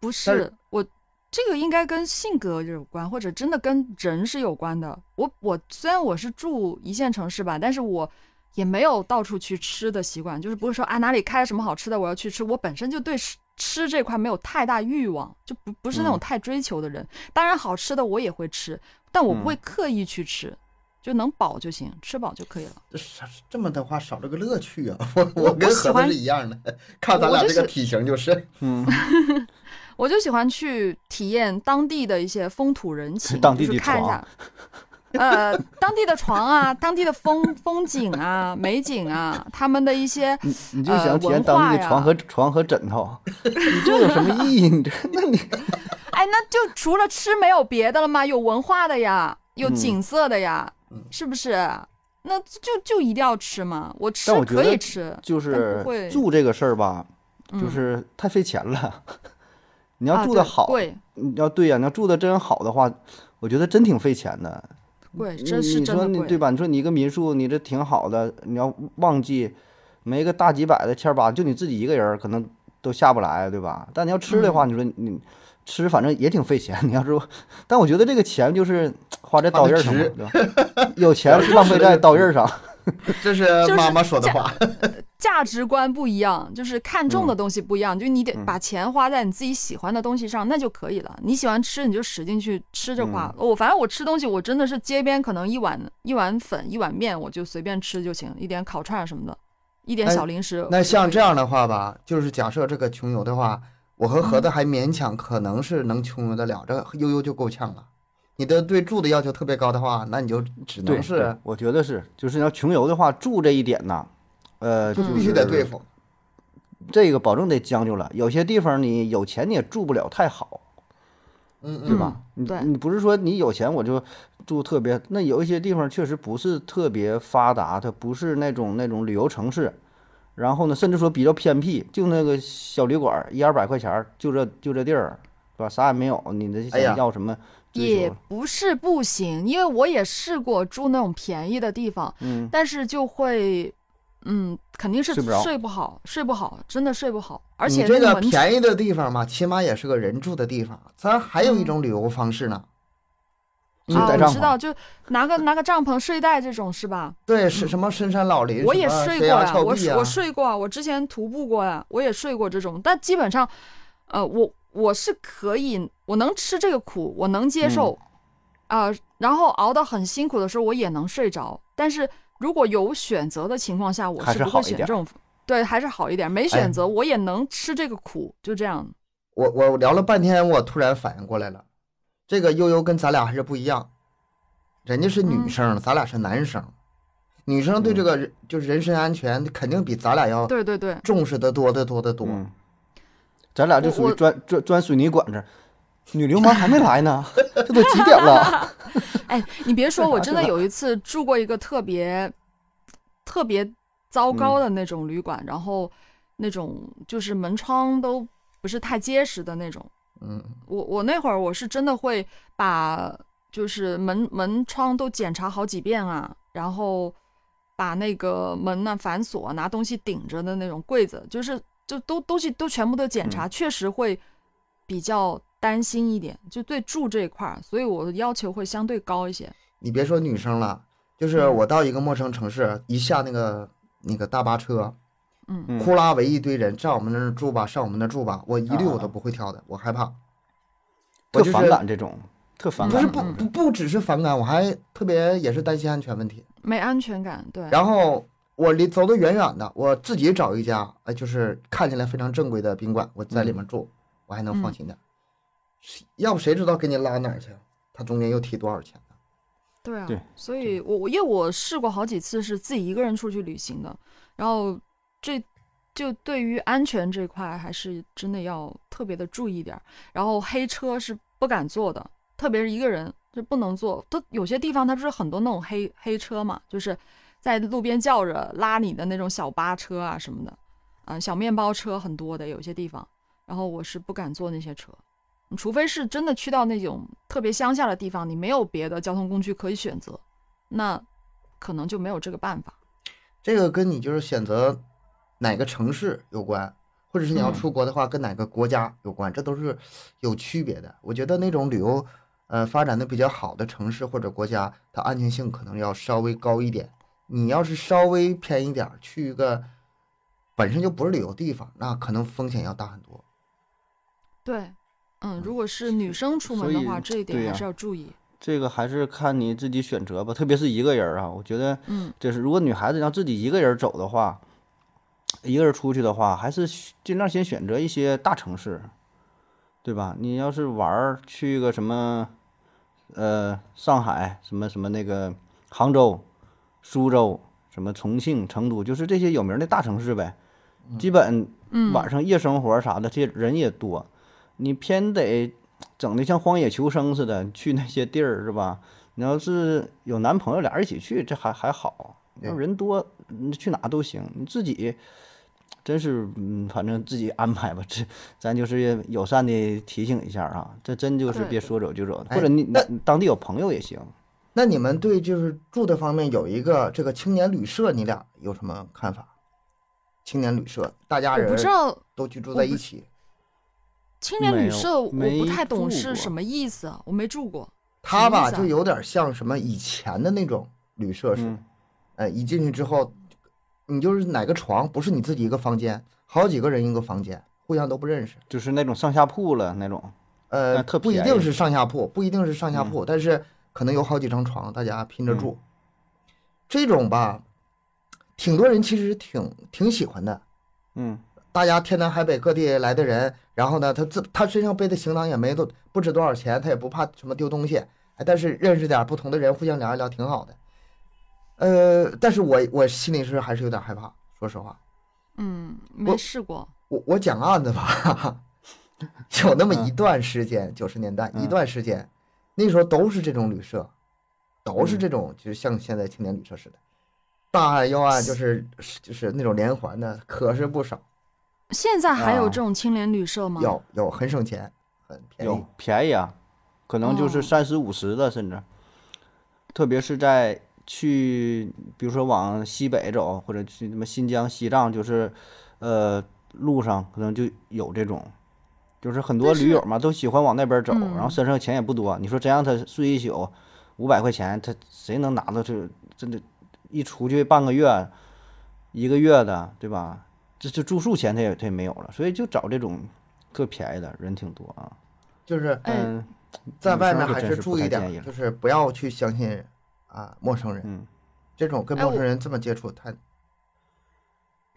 不但是是我，这个应该跟性格有关，或者真的跟人是有关的。我我虽然我是住一线城市吧，但是我也没有到处去吃的习惯，就是不是说啊哪里开什么好吃的我要去吃。我本身就对吃吃这块没有太大欲望，就不不是那种嗯太追求的人。当然好吃的我也会吃，但我不会嗯刻意去吃，就能饱就行，吃饱就可以了。这少这么的话少了个乐趣啊！ 我我我跟喜盒子欢是一样的， 看咱我俩就这个是体 型就是。嗯，我就喜欢去体验当地的一些风土人情，当地就的是看一床下，呃，当地的床啊， 当地的风风景啊、美景啊，他们的一些 你你就呃想体验文当化地的呀床和床和枕头， 你这有什么意义？你这那 你哎，那就除了吃没有别的了吗？有文化的呀，有嗯景色的呀，嗯是不是？那就就一定要吃嘛，我吃但我觉可以得吃，就但是不会住这个事儿吧，就嗯是太费钱了。 你啊要住的对好，贵你要对呀、你要住的真好的话，我觉得真挺费钱的。贵，你这是你真说的你贵，对吧？你说你一个民宿，你这挺好的，你要旺季，没个嗯大几百的千儿八，就你自己一个人儿可能都下不来，对吧？但你要吃的话，你说你吃反正也挺费钱，你 要是，但我觉得这个钱就是花在刀刃上嘛，对吧？有 钱浪费在刀刃上，这是是妈妈说的话。价值观不一样，就是看重的嗯东西不一样，就你得把钱花在你自己喜欢的东西上，那就可以了。你喜欢吃，你就使劲去吃着花。嗯我反正我吃东西，我真的是街边可能一碗一碗粉一碗面，我就随便吃就行，一点烤串儿什么的，一点哎小零食。 那像这样的话吧，就是假设这个穷游的话，我和盒子还勉强可能是能穷游得了，这悠悠就够呛了。你的对住的要求特别高的话，那你就只对，能对是我觉得是，就是要穷游的话，住这一点呐，呃，就嗯必须得是对付。这个保证得将就了。有些地方你有钱你也住不了太好，嗯对嗯，吧？你对你不是说你有钱我就住特别，那有一些地方确实不是特别发达，它不是那种那种旅游城市，然后呢，甚至说比较偏僻，就那个小旅馆儿一二百块钱儿，就这就这地儿，是吧？啥也没有，你这哎呀想要什么追也求？不是不行，因为我也试过住那种便宜的地方，嗯，但是就会，嗯，肯定是睡不着睡不好，睡不好，真的睡不好，而你且这那个蚊便宜的地方嘛，起码也是个人住的地方。咱还有一嗯种旅游方式呢，就是啊，带我帐知道，篷，就拿个拿个帐篷、睡袋这种是吧？对，是什么深山老林，嗯我也什么睡过悬崖呀，峭我壁睡啊我。睡过啊，我之前徒步过呀，我也睡过这种，但基本上，呃，我我是可以，我能吃这个苦，我能嗯接受，啊、然后熬到很辛苦的时候，我也能睡着。但是如果有选择的情况下，我还是不好会一选点这儿种，对，还是好一点。没哎选择，我也能吃这个苦，就这样。我我聊了半天，我突然反应过来了，这个悠悠跟咱俩还是不一样，人家是女嗯生，咱俩是男生，女生对这个人就是人身安全肯定比咱俩要对对对，重视的多得多得多。嗯，咱俩就我属于我钻钻钻水泥管子，女流氓还没来呢， 这都几点 了？哎，你别说，我真的是吧有一次住过一个特别特别糟糕的那种旅馆，然后那种就是门窗都不是太结实的那种。嗯，我我那会儿我是真的会把就是门门窗都检查好几遍啊，然后把那个门呢、反锁，拿东西顶着的那种柜子，就是就都东西都全部都检查，确实会比较担心一点，就对住这一块儿，所以我的要求会相对高一些。你别说女生了，就是嗯我到一个陌生城市，一下那个那个大巴车，嗯嗯呼啦围一堆人，上我们那儿住吧，上我们那儿住吧，我一律我啊嗯都不会挑的，我害怕。特我就是反感这种，特反不感是这不种。嗯不不只是反感，我还特别也是担心安全问题。没安全感，对，然后我离走得远远的，我自己找一家，哎，就是看起来非常正规的宾馆，我在里嗯面住，我还能放心点。谁要不谁知道给你拉哪儿去？他中间又提多少钱呢？对啊，对所以我我因为我试过好几次是自己一个人出去旅行的，然后这就对于安全这块还是真的要特别的注意点儿。然后黑车是不敢坐的，特别是一个人就不能坐。都有些地方它不是很多那种黑黑车嘛，就是在路边叫着拉你的那种小巴车啊什么的，啊、小面包车很多的有些地方。然后我是不敢坐那些车，除非是真的去到那种特别乡下的地方，你没有别的交通工具可以选择，那可能就没有这个办法。这个跟你就是选择哪个城市有关，或者是你要嗯出国的话，跟哪个国家有关，这都是有区别的。我觉得那种旅游，呃，发展的比较好的城市或者国家，它安全性可能要稍微高一点。你要是稍微偏一点儿，去一个本身就不是旅游地方，那可能风险要大很多。对，嗯，如果是女生出门所的以话，这一点对还呀是要注意。这个还是看你自己选择吧，特别是一个人儿啊，我觉得嗯，就是如果女孩子要自己一个人走的话，一个人出去的话，还是选尽量先选择一些大城市，对吧？你要是玩儿去个什么，呃，上海什么什么那个杭州、苏州、什么重庆、成都，就是这些有名儿的大城市呗。基本嗯晚上夜生活啥的，这些人也多，你偏得整的像荒野求生似的去那些地儿是吧？你要是有男朋友俩人一起去，这还还好。对嗯要人多，你去哪都行。你自己真是，嗯，反正自己安排吧。这咱就是友善的提醒一下啊，这真就是对别对说走就走，哎或者你那你当地有朋友也行。那你们对就是住的方面有一个这个青年旅社，你俩有什么看法？青年旅社，大家我人不知道，都居住我在不一起，青年旅社我没有不太懂没住是过什么意思，我没住过。它什吧么意思啊就有点像什么以前的那种旅社似的，嗯哎，一进去之后，你就是哪个床不是你自己一个房间，好几个人一个房间，互相都不认识。就是那种上下铺了那种，呃，那特不一便定宜是上下铺，不一定是上下铺，但是可能有好几张床，大家拼着嗯住。这种吧，挺多人其实挺挺喜欢的。嗯大家天南海北各地来的人，然后呢，他自他身上背的行囊也没多不值多少钱，他也不怕什么丢东西，哎，但是认识点不同的人，互相聊一聊挺好的。呃，但是我我心里是还是有点害怕，说实话，嗯，我没试过。我我讲案子吧， 有那么一段时间，九十年代一嗯段时间，那时候都是这种旅社，都是这种，就是像现在青年旅社似的，大案要案就是就是那种连环的，可是不少，现在还有啊这种青年旅社吗？有有很省钱，很便宜有。便宜啊，可能就是哦三十五十的甚至，特别是在去比如说往西北走或者去什么新疆、西藏，就是呃路上可能就有这种。就是很多但是驴友嘛，都喜欢往那边走，嗯然后身上钱也不多。你说真让他睡一宿，五百块钱，他谁能拿到这？真的，一出去半个月、一个月的，对吧？这这住宿钱他也他也没有了，所以就找这种特便宜的人挺多啊。就是哎嗯，在外女生面就还真是是注不意太点建议儿，了就是不要去相信啊陌生人，嗯这种跟哎陌生我人这么接触太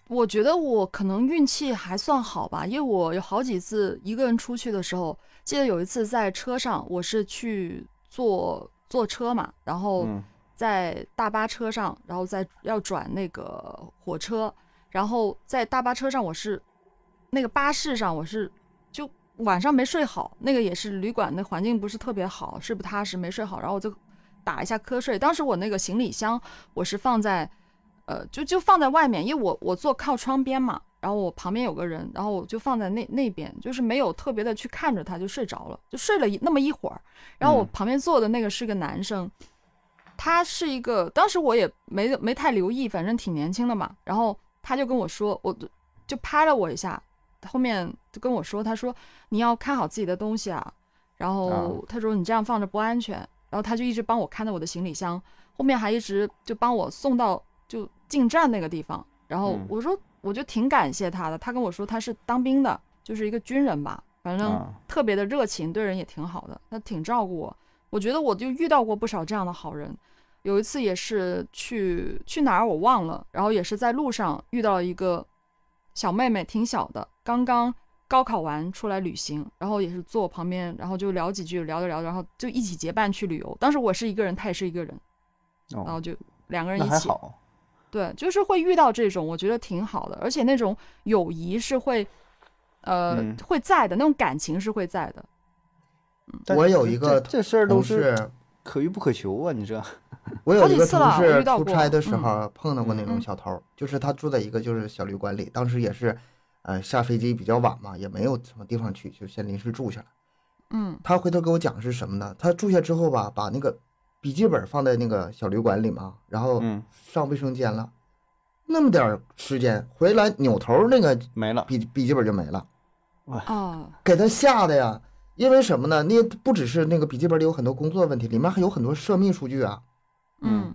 我觉得我可能运气还算好吧，因为我有好几次一个人出去的时候，记得有一次在车上，我是去坐坐车嘛，然后嗯在大巴车上，然后再要转那个火车，然后在大巴车上我是那个巴士上我是就晚上没睡好，那个也是旅馆那环境不是特别好，睡不踏实，没睡好，然后我就打一下瞌睡。当时我那个行李箱我是放在呃就就放在外面，因为我我坐靠窗边嘛，然后我旁边有个人，然后我就放在那那边，就是没有特别的去看着他，就睡着了，就睡了一那么一会儿。然后我嗯旁边坐的那个是个男生。他是一个，当时我也没没太留意，反正挺年轻的嘛。然后他就跟我说，我就就拍了我一下，后面就跟我说，他说你要看好自己的东西啊。然啊后他说你这样放着不安全。然后他就一直帮我看着我的行李箱，后面还一直就帮我送到就进站那个地方。然后嗯我说我就挺感谢他的，他跟我说他是当兵的，就是一个军人吧，反正啊特别的热情，对人也挺好的，他挺照顾我。我觉得我就遇到过不少这样的好人。有一次也是去去哪儿我忘了，然后也是在路上遇到一个小妹妹，挺小的，刚刚高考完出来旅行，然后也是坐我旁边，然后就聊几句，聊着聊着，然后就一起结伴去旅游。当时我是一个人，她也是一个人，然后哦，就两个人那一还起。好，对，就是会遇到这种，我觉得挺好的，而且那种友谊是会，呃，嗯会在的，那种感情是会在的。但我有这一个这这事儿都同是事，可遇不可求啊！你这 我好有几一个次同了我事遇到出过差的时嗯候碰到过那种嗯小偷儿，就是他住在一个就是小旅馆里，当时也是，呃，下飞机比较晚嘛，也没有什么地方去，就先临时住下了。嗯，他回头给我讲是什么呢？他住下之后吧，把那个笔记本放在那个小旅馆里嘛，然后嗯上卫生间了，那么点儿时间回来扭头那个没了，笔笔记本就没了。啊，给他吓的呀，因为什么呢？那不只是那个笔记本里有很多工作问题，里面还有很多涉密数据啊。嗯，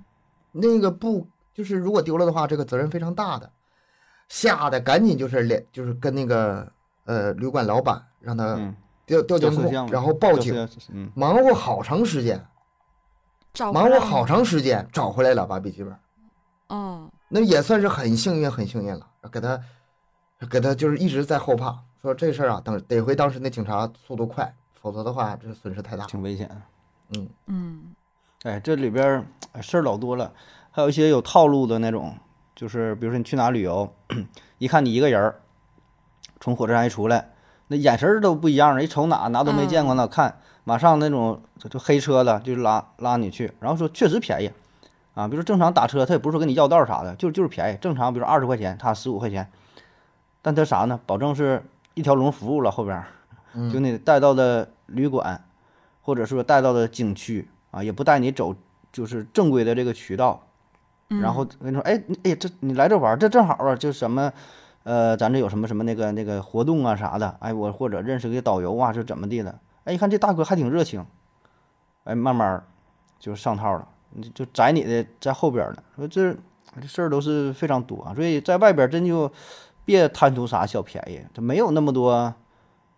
那个不就是如果丢了的话，这个责任非常大的。吓得赶紧就是连就是跟那个呃旅馆老板让他嗯，调调调监摄控像，了然后报调摄警，像师嗯，忙活好长时间，找忙回来活了好吗，长时间找回来了，把笔记本。嗯，那也算是很幸运，很幸运了。给他，给他就是一直在后怕，说这事儿啊，等得亏当时那警察速度快，否则的话这损失太大。挺危险。嗯，嗯，哎，这里边儿哎事儿老多了，还有一些有套路的那种，就是比如说你去哪旅游， 一看你一个人儿从火车站一出来，那眼神儿都不一样了，一瞅哪哪都没见过，哪看，马上那种就就黑车的就拉拉你去，然后说确实便宜啊，比如正常打车他也不是说跟你要道儿啥的，就就是便宜，正常比如二十块钱，他十五块钱，但他啥呢？保证是一条龙服务了后边儿，就你带到的旅馆。或者说带到的景区啊，也不带你走就是正嗯规的这个渠道，然后跟你说，哎，你哎，这你来这玩儿，这正好啊，就什么，呃，咱这有什么什么那个那个活动啊啥的，哎，我或者认识个导游啊，是怎么地的？哎，一看这大哥还挺热情，哎，慢慢儿就上套了，你就宰你的在后边儿呢。说这这事儿都是非常多啊，所以在外边儿真就别贪图啥小便宜，这没有那么多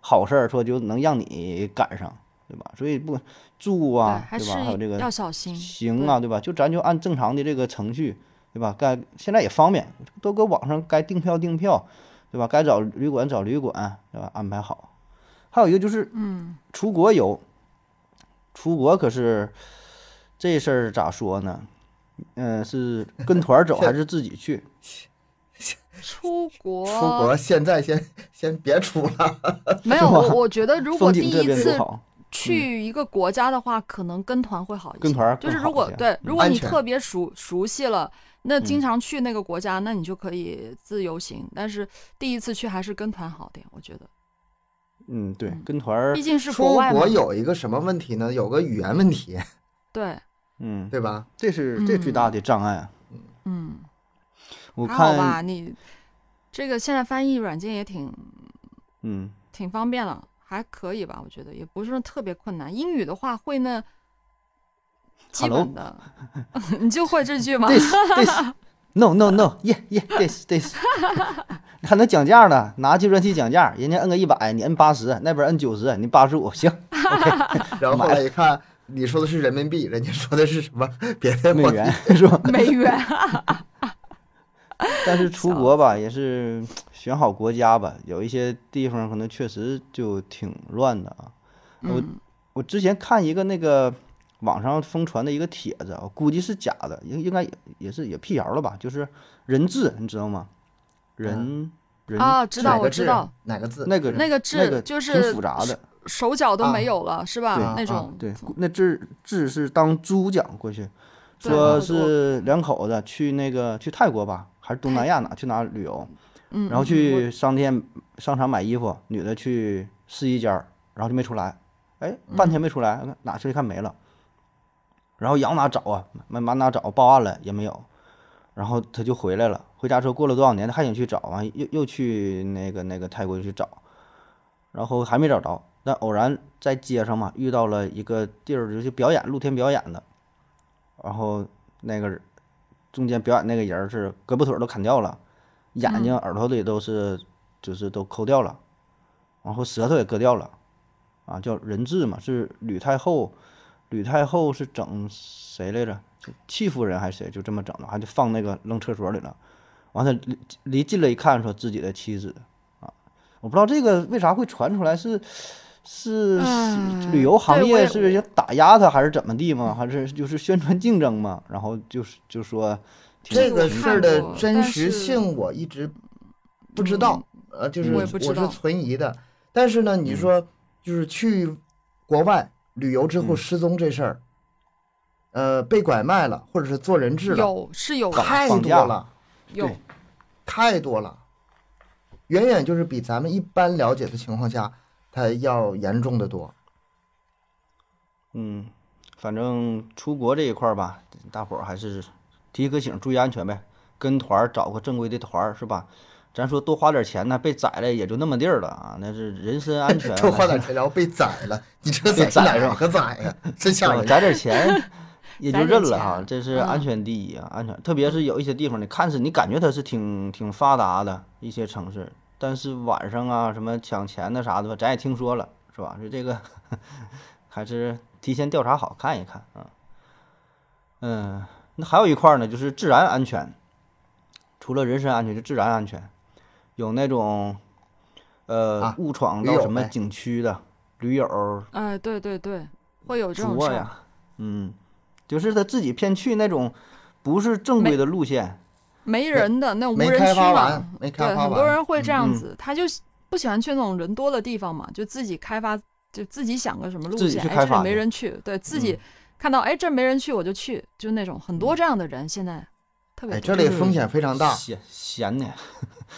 好事儿说就能让你赶上，对吧？所以不住啊，还对是吧？还有这个要小心。行啊，对吧？就咱就按正常的这个程序，对吧？该现在也方便，都搁网上该订票订票，对吧？该找旅馆找旅馆，对吧？安排好。还有一个就是，嗯，出国游，出国可是这事儿咋说呢？嗯、是跟团儿走还是自己去？出国出国现在先 先别出了，没有我，我觉得 如果风第景这一边多次好，嗯去一个国家的话，可能跟团会好一些。跟团儿就更是好如一果些嗯对，如果安你全特别熟熟悉了，那经常去那个国家，那你就可以自由行。但是第一次去还是跟团好点，我觉得，嗯，对嗯，跟团儿毕，竟是出外嘛国。有一个什么问题呢？有个语言问题， 对，嗯，对吧？这是这最大的障碍啊。嗯，我还好看，吧，你这个现在翻译软件也挺嗯，挺方便了，还可以吧？我觉得也不是说特别困难。英语的话会 那基 Hello 本的， 你就会这句吗？ this this no no no yeah yeah this this，还能讲价呢？拿计算器讲价，人家摁个一百，你摁八十，那边摁九十，你八十 五，行，啊然后后来一看，你说的是人民币，人家说的是什么 别的美货币元是吧？美啊元。但是出国吧，也是选好国家吧，有一些地方可能确实就挺乱的啊。 我嗯我之前看一个那个网上疯传的一个帖子，我估计是假的，应应该也也是也辟谣了吧？就是人质，你知道吗？人人啊，知道哪我个知字道，？哪个字？那个那个那痣个就挺是复杂的。手脚都啊没有了，是吧对？那啊种对，那志志是当猪讲过去，对说我是两口子去那个去泰国吧，还是东南亚哪去哪旅游，嗯，然后嗯去商店商场买衣服，女的去试衣间儿，然后就没出来，哎，半天没出来，哪去看没了，然后养哪找啊，满满哪找，报案了也没有，然后他就回来了，回家之后过了多少年，他还想去找，完又又去那个那个泰国去找，然后还没找着，但偶然在街上嘛遇到了一个地儿，就是表演露天表演的，然后那个人中间表演那个人儿是胳膊腿儿都砍掉了，眼嗯睛、耳朵里都是就是都抠掉了，然后舌头也割掉了，啊，叫人质嘛，是吕太后，吕太后是整谁来着？就戚夫人还是谁？就这么整的，还就放那个扔厕所里了。完了，离离近了一看，说自己的妻子啊，我不知道这个为啥会传出来是。是嗯旅游行对我业也是要打压他，还是怎么地吗？还是就是宣传竞争嘛？然后就是就说挺这个这个我事看儿的过真但是嗯实性我一直不知道，呃，就是我也不知道嗯是存疑的。但是呢，你说就是去国外旅游之后嗯失踪这事儿，呃，被拐卖了，或者是做人质了，有是有的太绑多架了，有对太多了，远远就是比咱们一般了解的情况下，它要严重的多。嗯，反正出国这一块儿吧，大伙儿还是提个醒，注意安全呗。跟团儿找个正规的团儿是吧？咱说多花点钱呢，被宰了也就那么地儿了啊。那是人身安 全，多花点钱，然后被宰了，你这被宰宰哪了哪个宰呀？真吓啊 人！攒点钱也就攒认点了哈。钱这是安嗯全第一啊，安全。特别是有一些地方，你看似你感觉它是挺挺发达的一些城市，但是晚上啊什么抢钱的啥的吧，咱也听说了是吧？就这个 还是提前调查好看一看啊。嗯，那还有一块儿呢，就是自然安全，除了人身安全，就自然安全，有那种呃、啊误闯驴到友什么呗景区的驴友儿哎，对对对，会有这种说事儿。呀，嗯，就是他自己偏去那种不是正规的路线，没人的那无没人开区发嘛完，，没开对，发很多完，人会这嗯样嗯子，他就不喜欢去那种人多的地方嘛，就自己开发，就自己想个什么路自己线，去哎，开这发里没去嗯人去，对自己看到哎这没人去我就去，就那种很多这样的人，现在特别哎，多。这里风险非常大。嗯闲闲的，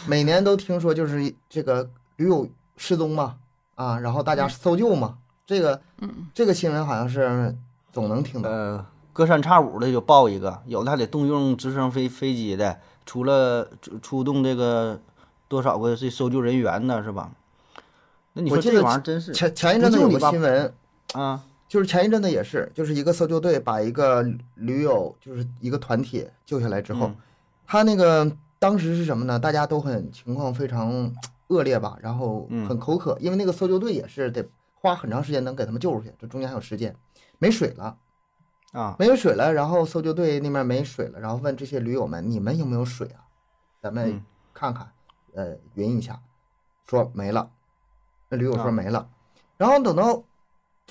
每年都听说就是这个驴友失踪嘛，啊，然后大家搜救嘛，这个嗯，这个新闻好像是总能听到。呃，隔三差五的就报一个，有的还得动用直升飞飞机的，除了出出动这个多少个这搜救人员呢，是吧？那你我说记这得玩意儿真是前前一阵子就有你个吧新闻，啊，就是前一阵子也是，就是一个搜救队把一个驴友，就是一个团体救下来之后，嗯他那个当时是什么呢？大家都很情况非常恶劣吧，然后嗯很口渴，因为那个搜救队也是得花很长时间能给他们救出去，这中间还有时间，没水了，啊，没有水了，然后搜救队那边没水了，然后问这些驴友们，你们有没有水啊？咱们嗯看看，呃，匀一下，说没了，那驴友说啊没了，然后等到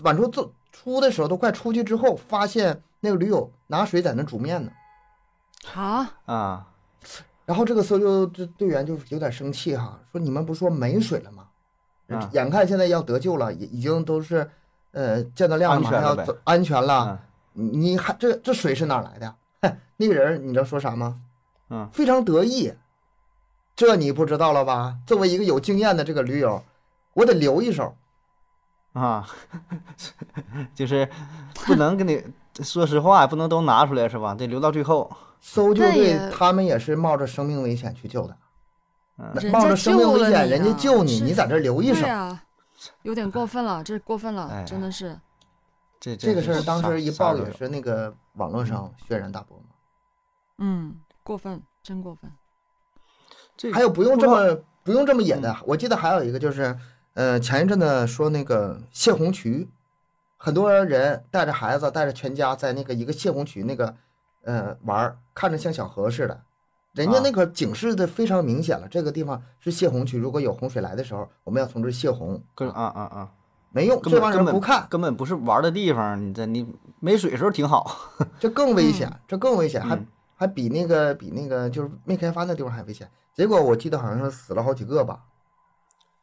往出走出的时候，都快出去之后，发现那个驴友拿水在那煮面呢。啊，啊，然后这个搜救队队员就有点生气哈，说你们不说没水了吗？啊眼看现在要得救了，也已经都是，呃，见到亮了，安马全上要了呗走，安全了嗯。你你还这这水是哪儿来的呀？ 哼那个人你知道说啥吗？嗯非常得意，这你不知道了吧？作为一个有经验的这个驴友，我得留一手。啊， 就是不能跟你说实话，不能都拿出来是吧？得留到最后。搜救那队也他们也是冒着生命危险去救的，嗯那人冒家着生命救危了险，你人家啊救你，是你在这留一对手。啊，有点过分了，这过分了，哎真的是。这这个事儿是当啥时一啥报都也有是那个网络上轩然大波嘛。嗯，过分，真过分。这还有不用不知这道么不用这么野的，我记得还有一个就是，呃，前一阵子说那个泄洪渠，很多人带着孩子带着全家在那个一个泄洪渠那个，呃，玩儿，看着像小河似的，人家啊那个警示的非常明显了，这个地方是泄洪渠，如果有洪水来的时候，我们要从这儿泄洪，跟啊啊啊，没用，根本这帮人根本不看，根本不是玩的地方，你这你没水的时候挺好。 这更危险，这更危险，还嗯还比那个比那个就是没开发那地方还危险。结果我记得好像是死了好几个吧。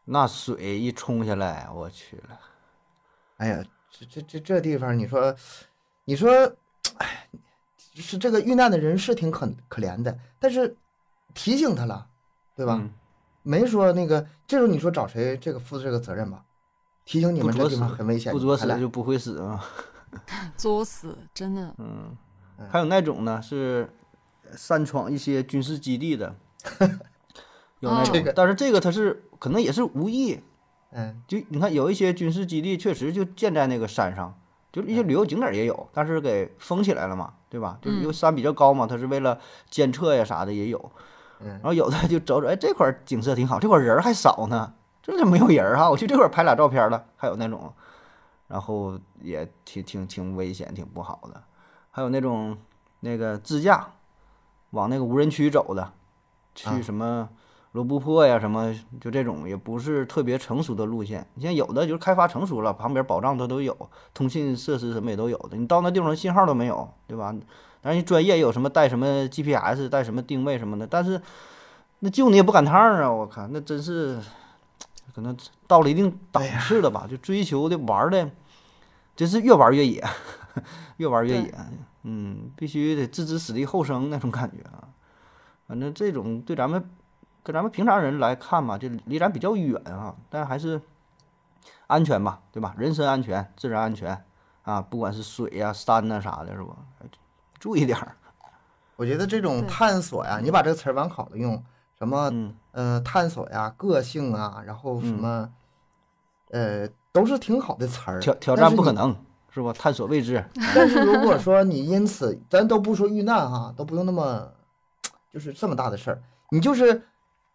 那水一冲下来，我去了，哎呀，这这这这地方，你说，你说，哎，是这个遇难的人是挺可可怜的，但是提醒他了，对吧？嗯没说那个，这时候你说找谁这个负这个责任吧？提醒你不们这作地死方很危险，不作你还来死就不会死啊。作死，真的，嗯嗯，还有那种呢是擅闯一些军事基地的， 有那哦这种个，但是这个他是可能也是无意，嗯，就你看有一些军事基地确实就建在那个山上，就一些嗯旅游景点儿也有，但是给封起来了嘛，对吧？就是因为山比较高嘛，它是为了监测呀啥的也有。嗯然后有的就找找，哎，这块儿景色挺好，这块儿人儿还少呢，这就没有人儿啊哈，我去这块儿拍俩照片儿了，还有那种，然后也挺挺挺危险，挺不好的。还有那种那个自驾往那个无人区走的，啊去什么罗布泊呀什么，就这种也不是特别成熟的路线。你像有的就是开发成熟了，旁边保障它都有，通信设施什么也都有的。你到那地方信号都没有，对吧？当然，人专业有什么带什么 GPS、带什么定位什么的，但是那救你也不赶趟儿啊！我靠，那真是可能到了一定档次了吧？就追求的玩儿的，真是越玩儿越野， 越玩儿越对野。嗯，必须得置之死地后生那种感觉啊。反正这种对咱们跟咱们平常人来看吧，就离咱比较远啊，但还是安全吧，对吧？人身安全、自然安全啊，不管是水呀、山呐、啥的，是吧？注意点儿。我觉得这种对探索呀，你把这个词儿往好了用，什么嗯呃探索呀、个性啊，然后什嗯么，呃，都是挺好的词儿。挑挑但战是不可你能，是吧？探索未知。 但是如果说你因此，咱都不说遇难哈，都不用那么，就是这么大的事儿，你就是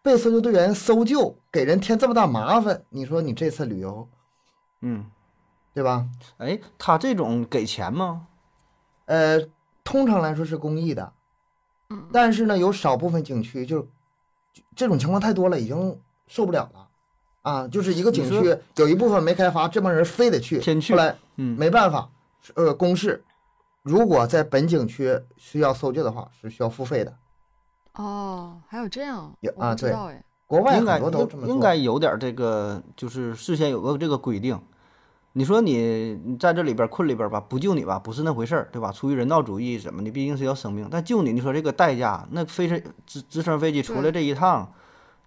被搜救队员搜救，给人添这么大麻烦，你说你这次旅游嗯，对吧？哎，他这种给钱吗？呃，通常来说是公益的，嗯，但是呢，有少部分景区就是这种情况太多了，已经受不了了。啊，就是一个景你区有一部分没开发，这帮人非得去，偏去后来嗯，没办法，呃，公示，如果在本景区需要搜救的话，是需要付费的。哦，还有这样，有我啊不知对道 哎。国外应该很多都这么应做，应该有点这个，就是事先有个这个规定。你说你你在这里边困里边吧，不救你吧，不是那回事儿，对吧？出于人道主义什么的，毕竟是要生命。但救你，你说这个代价，那飞机直直升飞机出来对这一趟，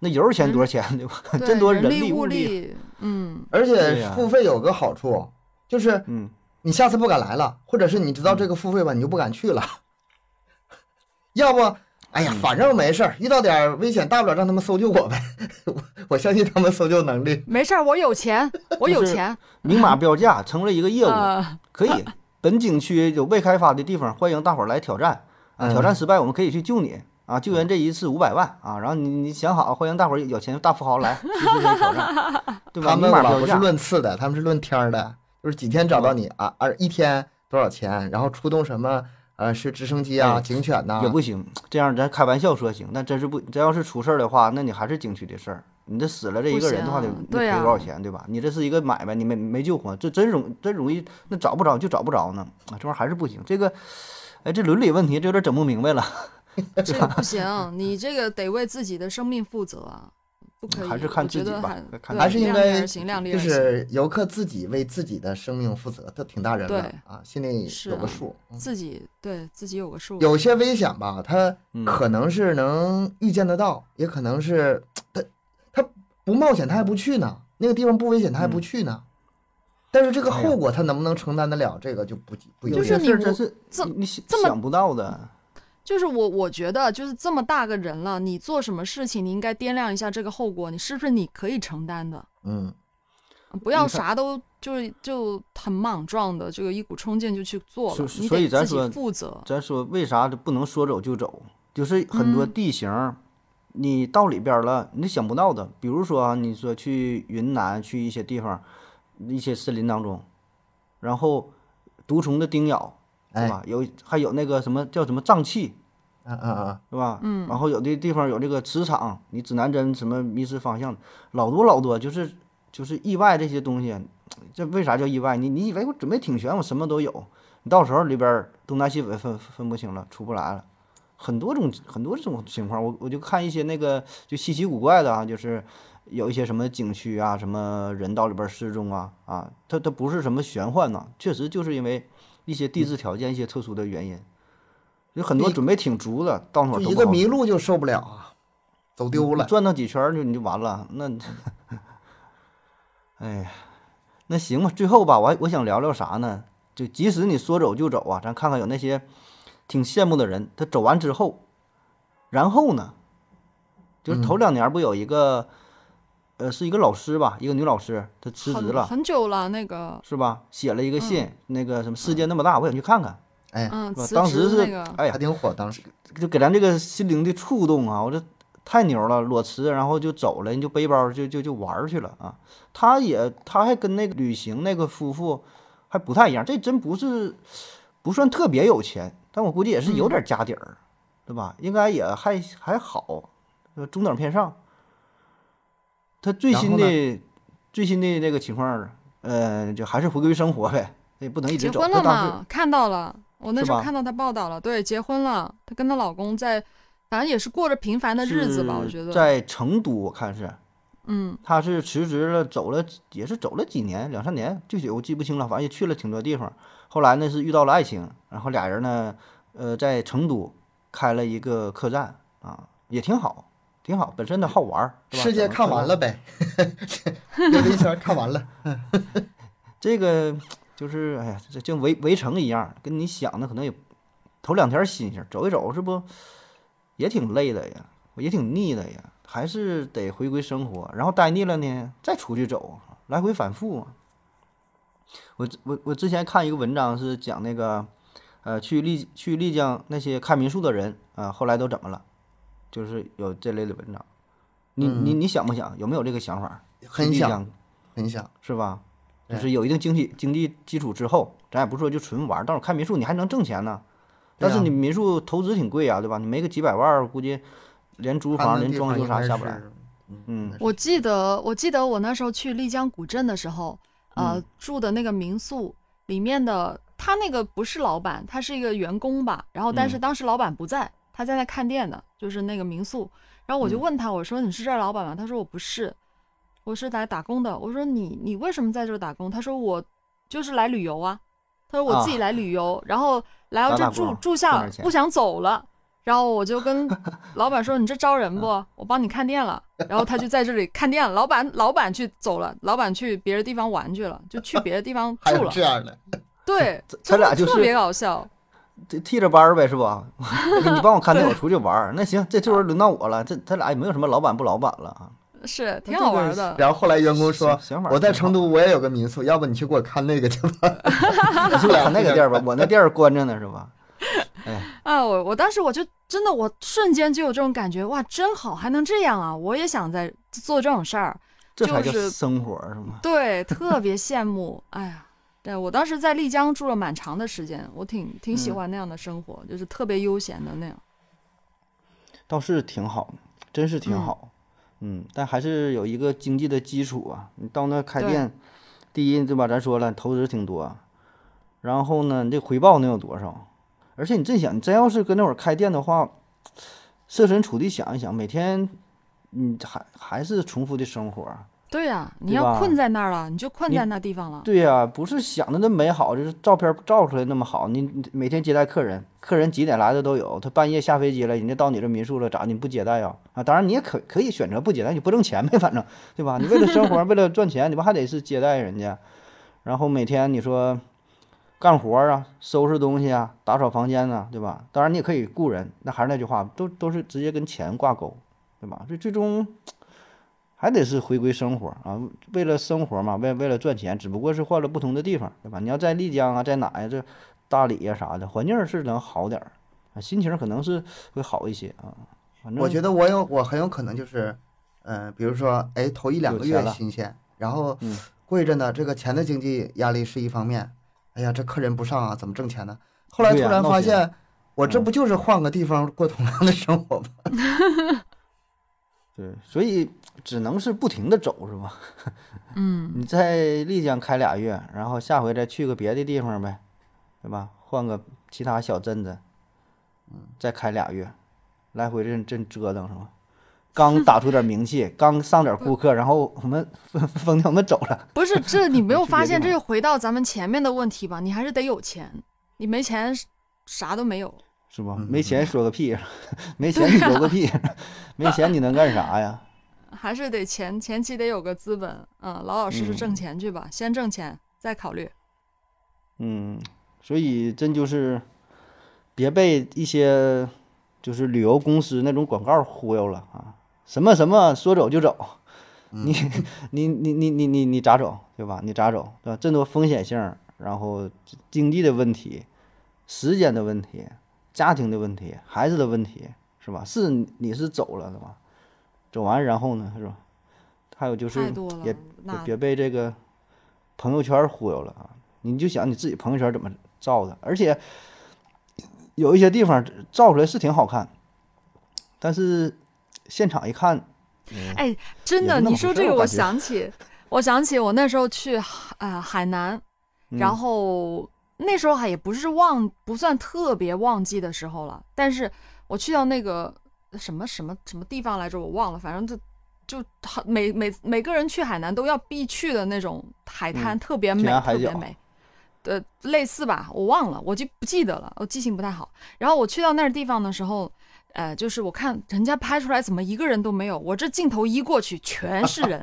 那油钱多少钱，对吧？ 对真多人力物力。力，嗯，而对且呀付费有个好处，就是嗯，你下 次不敢来了，或者是你知道这个付费吧，你就不敢去了。要不哎呀，反正没事儿，遇到点儿危险，大不了让他们搜救我呗。 我我相信他们搜救能力。没事儿，我有钱，我有就是钱。明码标价成为了一个业务，呃，可以。啊本景区有未开发的地方，欢迎大伙儿来挑战啊！嗯挑战失败，我们可以去救你啊！救援这一次五百万啊！然后你你想好，欢迎大伙儿有钱大富豪 来提出这个挑战，对吧？他们明码吧标不是价，嗯论次的，他们是论天儿的，就是几天找到你啊，二一天多少钱，然后出动什么呃是直升机啊、哎警犬呐、也不行。这样咱开玩笑说行，但真是不，真要是出事儿的话，那你还是景区的事儿。你这死了这一个人的话，不得行得对赔啊呀多少钱，对吧？你这是一个买卖，你没没救活，这真容真容易，那找不着就找不着呢啊！这玩意儿还是不行，这个，哎，这伦理问题这有点整不明白了。这个不行，你这个得为自己的生命负责啊，不可以。还是看我觉自己得吧还看对还是应量力该而行，量力就而行。是游客自己为自己的生命负责，这挺大人了对啊，心里是有个啊数。嗯自己对自己有个数。有些危险吧，他嗯可能是能预见得到，也可能是他他不冒险他还不去呢，那个地方不危险他还不嗯去呢。但是这个哎呀后果他能不能承担得了，这个就不不一定。就有是些事儿你真无是这你你想这么啊想不到的，就是我，我觉得就是这么大个人了，你做什么事情，你应该掂量一下这个后果，你是不是你可以承担的，嗯，不要你看啥都就是就很莽撞的，这个一股冲劲就去做所了，你所以得咱自己说负责。咱说为啥这不能说走就走？就是很多嗯地形，你到里边儿了，你想不到的。比如说啊，你说去云南，去一些地方，一些森林当中，然后毒虫的叮咬，对哎，吧？有还有那个什么叫什么瘴气，嗯嗯嗯，对吧？嗯然后有的地方有这个磁场，你指南针什么迷失方向，老多老多，就是就是意外这些东西，这为啥叫意外？你你以为我准备挺全，我什么都有，你到时候里边儿东南西北分分不清了，出不来了。很多种很多这种情况，我我就看一些那个就稀奇古怪的啊，就是有一些什么景区啊，什么人到里边儿失踪啊啊，它它不是什么玄幻呐、确实就是因为一些地质条件、一些特殊的原因，有很多你准备挺足的，到那会就儿都一不个好迷路就受不了啊，走丢了。转到几圈儿就你就完了。那，哎呀，那行吧。最后吧，我还我想聊聊啥呢？就即使你说走就走啊，咱看看有那些挺羡慕的人，他走完之后，然后呢，就是头两年不有一个，呃，是一个老师吧，一个女老师，她辞职很了，很久了，那个，是吧？写了一个信，那个什么世界那么大，我想去看看，哎，嗯，是吧？辞当职时的是那个，哎呀还，挺火，当时就给咱这个心灵的触动啊！我这太牛了，裸辞然后就走了，人就背包就就就玩儿去了啊！他也他还跟那个旅行那个夫妇还不太一样，这真不是不算特别有钱，但我估计也是嗯有点家底儿，对吧？应该也还还好，呃中等偏上。他最然新后呢的最新的那个情况，呃，就还是回归生活呗，也不能一直结走。婚哎他了当时嘛，看到了，我那是时候吧看到她报道了，对，结婚了，她跟她老公在，反正也是过着平凡的日子吧，我是觉得，在成都，我看是。嗯，他是辞职了，走了也是走了几年，两三年，具体我记不清了，反正也去了挺多地方。后来呢是遇到了爱情，然后俩人呢，呃，在成都开了一个客栈啊，也挺好，挺好，本身他好玩儿，是吧世界看完了， 呗，溜达一圈看完了。这个就是哎呀，这就围围城一样，跟你想的可能也头两天新鲜，走一走是不也挺累的呀，也挺腻的呀，还是得回归生活，然后待腻了呢，再出去走，来回反复嘛。我我我之前看一个文章是讲那个，呃，去丽去丽江那些开民宿的人啊、后来都怎么了？就是有这类的文章，你你你想不想？有没有这个想法？嗯很去丽想江很想，是吧？就对是有一定经济经济基础之后，咱也不说就纯玩儿，到时候开民宿你还能挣钱呢。对但啊是你民宿投资挺贵啊，对吧？你没个几百万儿，估计连租看房、那连地装方修应啥该下不来是。嗯那是我记得，我记得我那时候去丽江古镇的时候，呃，嗯住的那个民宿里面的他那个不是老板，他是一个员工吧。然后，但是嗯当时老板不在，他在那看店呢，就是那个民宿。然后我就嗯问他，我说你是这儿老板吗？他说我不是，我是来打工的。我说你你为什么在这儿打工？他说我就是来旅游啊。他说我自己啊来旅游，然后来到打这打住工住挣下点钱不想走了。然后我就跟老板说：“你这招嗯人不？我帮你看店了。”然后他就在这里看店了。老板，老板去走了，老板去别的地方玩去了，就去别的地方还住有了。这样的，对，咱真的俩就特是别搞笑。这替着班儿呗，是吧？ 你帮我看带我出去玩儿，那行，这这轮轮到我了，这他俩也没有什么老板不老板了啊。是挺那好这个玩是的。 然后后来员工说想想法，我在挺好成都我也有个民宿，要不你去给我看那个 去吧。你去俩那个 店儿吧，我那店儿关着呢，是吧？啊，我我当时我就真的我瞬间就有这种感觉，哇，真好，还能这样啊！我也想在做这种事儿，这才叫就是生活，是吗？对，特别羡慕。哎呀，对我当时在丽江住了蛮长的时间，我挺挺喜嗯欢那样的生活，就是特别悠闲的那样。倒是挺好，真是挺好。嗯但还是有一个经济的基础啊。你到那开对店，第一对吧？咱说了，投资挺多，然后呢，你这回报能有多少？而且你真想，你真要是搁那会儿开店的话，设身处地想一想，每天你还还是重复的生活啊，对呀、你对要吧困在那儿了，你就困你在那地方了。对呀、不是想的那么美好，就是照片照出来那么好。你你每天接待客人，客人几点来的都有，他半夜下飞机了，人家到你这民宿了，咋你不接待呀？啊，当然你也可可以选择不接待，你不挣钱呗，反正对吧？你为了生活，为了赚钱，你不还得是接待人家？然后每天你说干活啊，收拾东西啊，打扫房间呐、对吧？当然你也可以雇人，那还是那句话，都都是直接跟钱挂钩，对吧？这最终还得是回归生活啊，为了生活嘛，为为了赚钱，只不过是换了不同的地方，对吧？你要在丽江啊，在哪呀、这大理呀、啥的，环境是能好点儿，啊心情可能是会好一些啊。反正我觉得我有我很有可能就是，嗯、比如说，哎，头一两有个钱月了新鲜，然后嗯过一阵呢，这个钱的经济压力是一方面，哎呀，这客人不上啊，怎么挣钱呢？后来突对呀然闹发心了现，我这嗯不就是换个地方过同样的生活吗？对，所以只能是不停的走， 是吧？嗯，你在丽江开俩月，然后下回再去个别的地方呗，对吧？换个其他小镇子，再开俩月，来回这这折腾是吧？刚打出点名气，刚上点顾客，然后我们疯疯掉，我们走了。不 是，这你没有去别发地现，这方就回到咱们前面的问题吧？你还是得有钱，你没钱啥都没有。是不嗯？没钱说个屁， 没钱你说个屁，没钱你能干啥呀？还是得前前期得有个资本，嗯，老老实实挣钱去吧，先挣钱再考虑。嗯，所以真就是别被一些就是旅游公司那种广告忽悠了啊！什么什么说走就走，你你你你你你你咋走对吧？你咋走对吧？这么多风险性儿，然后经济的问题、时间的问题、家庭的问题、孩子的问题是吧？是你是走了对吧？走完然后呢是吧？还有就是太多了也那别别被这个朋友圈忽悠了啊！你就想你自己朋友圈怎么造的，而且有一些地方照出来是挺好看，但是现场一看，哎，真的，也就那你么回说事这儿个，我我感觉想起， 我想起我那时候去海呃海南，然嗯后那时候还也不是旺，不算特别旺季的时候了，但是我去到那个什么什么什么地方来着，我忘了，反正就。就好每每每个人去海南都要必去的那种海滩，嗯特别美，天涯特海别角美，呃，类似吧，我忘了，我就不记得了，我记性不太好。然后我去到那儿地方的时候，呃，就是我看人家拍出来怎么一个人都没有，我这镜头一过去全是 人，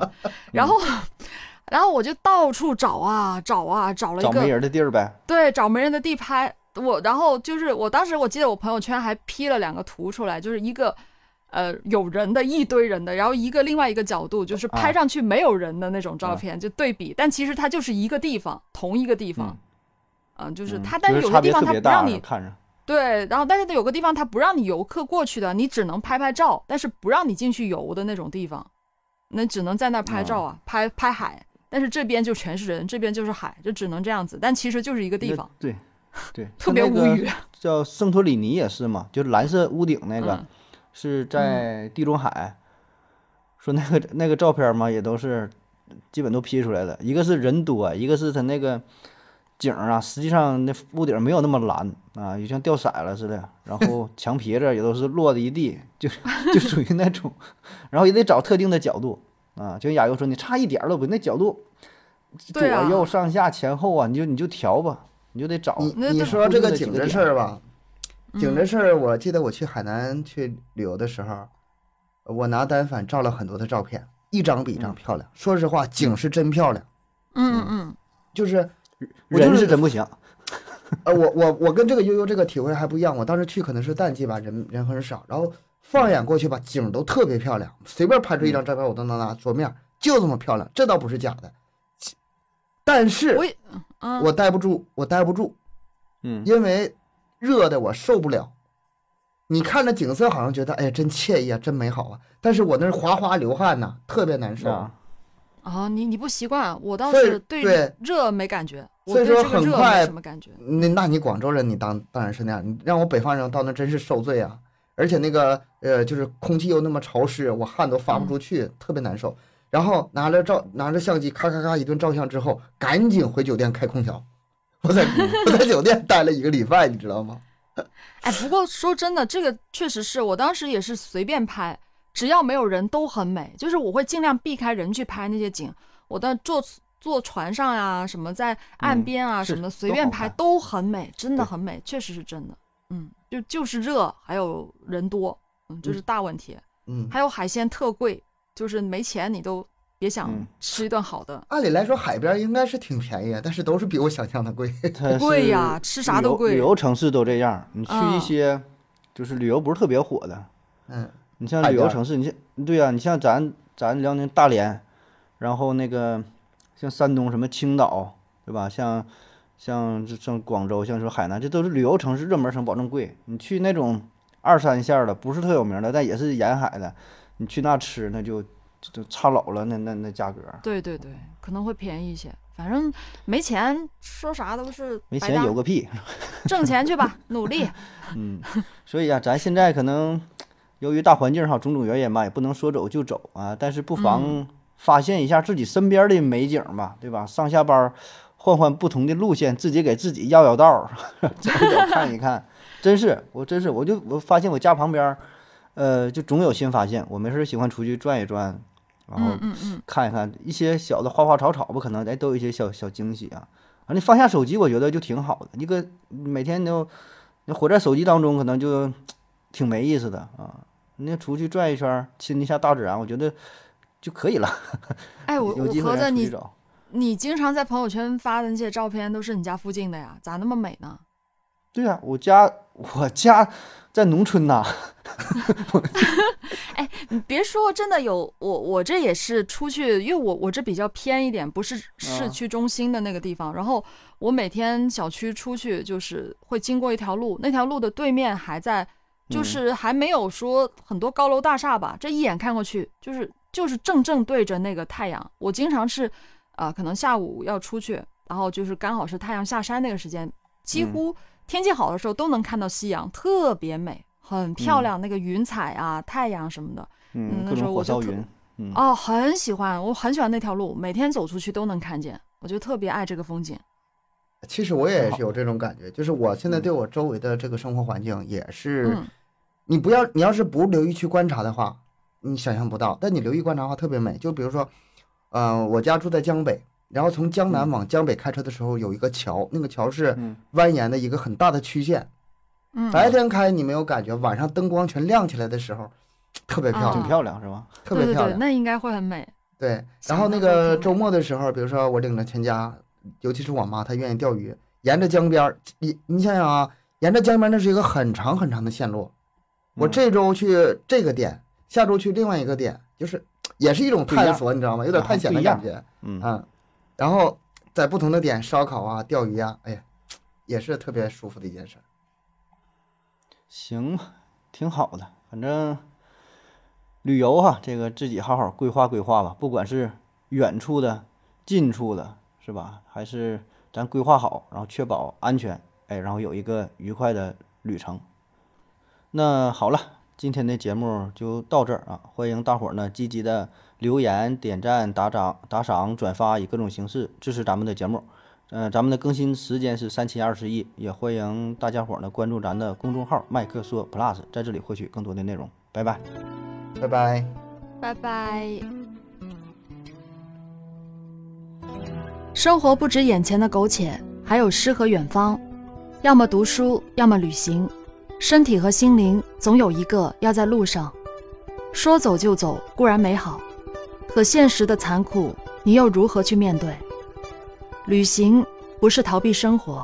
然后， 然后我就到处找啊找啊，找了一找没个人的地儿呗，对找没人的地拍我，然后就是我当时我记得我朋友圈还 P 了两个图出来，就是一个。呃，有人的一堆人的，然后一个另外一个角度，就是拍啊上去没有人的那种照啊片，就对比，但其实它就是一个地方，同一个地方，嗯、就是嗯它，但就是有些地差别方特它别不让大，你看着，对，然后但是有个地方它不让你游客过去的，你只能拍拍照，但是不让你进去游的那种地方，那只能在那儿拍照啊，拍拍海。但是这边就全是人，这边就是海，就只能这样子。但其实就是一个地那方， 对对，特别无 语。。叫圣托里尼也是嘛，就蓝色屋顶那个，嗯是在地中海，说那个那个照片嘛，也都是基本都 P 出来的。一个是人多，一个是它那个景儿啊，实际上那屋顶没有那么蓝啊，就像掉色了似的。然后墙皮子也都是落的一地，就就属于那种， 然后也得找特定的角度啊。就像亚优说，你差一点儿都不，那角度左对啊右上下前后啊，你就你就调吧，你就得找。你那你这说这固定个的景几个这事点儿吧，景这事儿，我记得我去海南去旅游的时候，我拿单反照了很多的照片，一张比一张漂亮。说实话，景是真漂亮，嗯嗯，就是我就人是是真不行，呃，我我我跟这个悠悠这个体会还不一样，我当时去可能是淡季吧，人人很少，然后放眼过去吧，景儿都特别漂亮，随便拍出一张照片，我都能拿桌面，就这么漂亮，这倒不是假的。但是我也啊，我待不住，我待不住，嗯，因为热的我受不了。你看着景色好像觉得哎呀真惬意啊，真美好啊，但是我那是哗哗流汗呐、特别难受。 啊啊，你你不习惯，我倒所以是对对热没感觉，我所以对说这个很热快没什么感觉。那那你广州人，你当当然是那样。你让我北方人到那真是受罪啊！而且那个呃，就是空气又那么潮湿，我汗都发不出去，特别难受。然后拿着照拿着相机，咔咔咔一顿照相之后，赶紧回酒店开空调。我在我在酒店待了一个礼拜，你知道吗？哎，不过说真的，这个确实是我当时也是随便拍，只要没有人都很美，就是我会尽量避开人去拍那些景。我的坐坐船上呀、什么在岸嗯边啊、是什么的，随都便好拍看都很美，真的对很美，确实是真的。嗯，就就是热，还有人多，嗯，这、是大问题。嗯，还有海鲜特贵，就是没钱你都别想嗯吃一顿好的。按理来说海边应该是挺便宜，但是都是比我想象的贵。它贵是呀吃啥旅都游贵旅游城市都这样，你去啊一些就是旅游不是特别火的，嗯，你像海旅游边儿城市，你像对呀、你像咱咱辽宁大连，然后那个像山东什么青岛，对吧？像像这像广州，像说海南，这都是旅游城市热门城，保证贵。你去那种二三线儿的，不是特有名的，但也是沿海的，你去那吃那就就差老了，那那那价格。对对对，可能会便宜一些。反正没钱，说啥都是没白钱搭有个屁，挣钱去 吧，努力。嗯，所以呀、咱现在可能由于大环境哈种种原因吧，也不能说走就走啊，但是不妨发现一下自己身边的美景吧，对吧？上下班儿换换不同的路线，自己给自己绕绕道儿， 走一走看一看，真是我真是我就我发现我家旁边儿，呃，就总有新发现。我没事儿喜欢出去转一转，然后嗯嗯嗯，看一看一些小的花花草草吧，可能哎都有一些小小惊喜啊。啊，你放下手机，我觉得就挺好的。一个每天都你活在手机当中，可能就挺没意思的啊。你出去转一圈儿，亲一下大自然，我觉得就可以了。哎，我有我机会合着咱出去你找。你经常在朋友圈发的那些照片都是你家附近的呀，咋那么美呢？对呀、我家我家在农村呐、你别说，真的有我，我这也是出去，因为我我这比较偏一点，不啊是市区中心的那个地方。然后我每天小区出去就是会经过一条路，那条路的对面还在，嗯就是还没有说很多高楼大厦吧，这一眼看过去就是就是正正对着那个太阳。我经常是，呃，可能下午要出去，然后就是刚好是太阳下山那个时间，几嗯乎天气好的时候都能看到夕阳，特别美，很漂嗯亮。那个云彩啊、太阳什么的，嗯嗯，那各时候种我火就烧特云，嗯，哦，很喜欢，我很喜欢那条路，每天走出去都能看见，我就特别爱这个风景。其实我也是有这种感觉，就是我现在对我周围的这个生活环境也是，嗯你不要，你要是不留意去观察的话，你想象不到。但你留意观察的话，特别美。就比如说，嗯，我家住在江北，然后从江嗯南往江北开车的时候，有一个桥，那个桥是嗯蜿蜒的一个很大的曲线。嗯，白天开你没有感觉，晚上灯光全亮起来的时候，特别漂挺亮，啊漂亮是吧？特对别对漂对，亮。那应该会很美。嗯对，想然后到那都个挺周美末的时候，比如说我领着全家，尤其是我妈，她愿意钓鱼，沿着江边儿，你你想想啊，沿着江边儿那是一个很长很长的线路。我嗯这周去这个点，下周去另外一个点，就是也是一种不一样探索，你知道吗？有点啊探险不的一感样觉，嗯，嗯。然后在不同的点烧烤啊、钓鱼啊，哎呀，也是特别舒服的一件事儿。行吧，挺好的。反正旅游哈，这个自己好好规划规划吧。不管是远处的、近处的，是吧？还是咱规划好，然后确保安全，哎，然后有一个愉快的旅程。那好了，今天的节目就到这儿啊！欢迎大伙儿呢积极的留言、点赞、打赏、打赏、转发，以各种形式支持咱们的节目。呃，咱们的更新时间是三七二十一，也欢迎大家伙儿呢关注咱的公众号“麦克说 Plus”，在这里获取更多的内容。拜拜。拜拜。拜拜。生活不止眼前的苟且，还有诗和远方，要么读书，要么旅行，身体和心灵总有一个要在路上。说走就走固然美好，可现实的残酷，你又如何去面对？旅行不是逃避生活，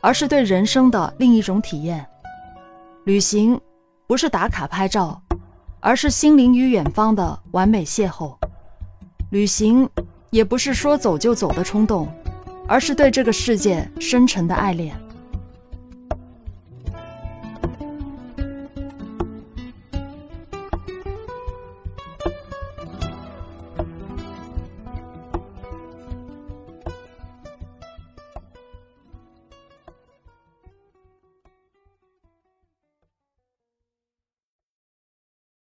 而是对人生的另一种体验。旅行不是打卡拍照，而是心灵与远方的完美邂逅。旅行也不是说走就走的冲动，而是对这个世界深沉的爱恋。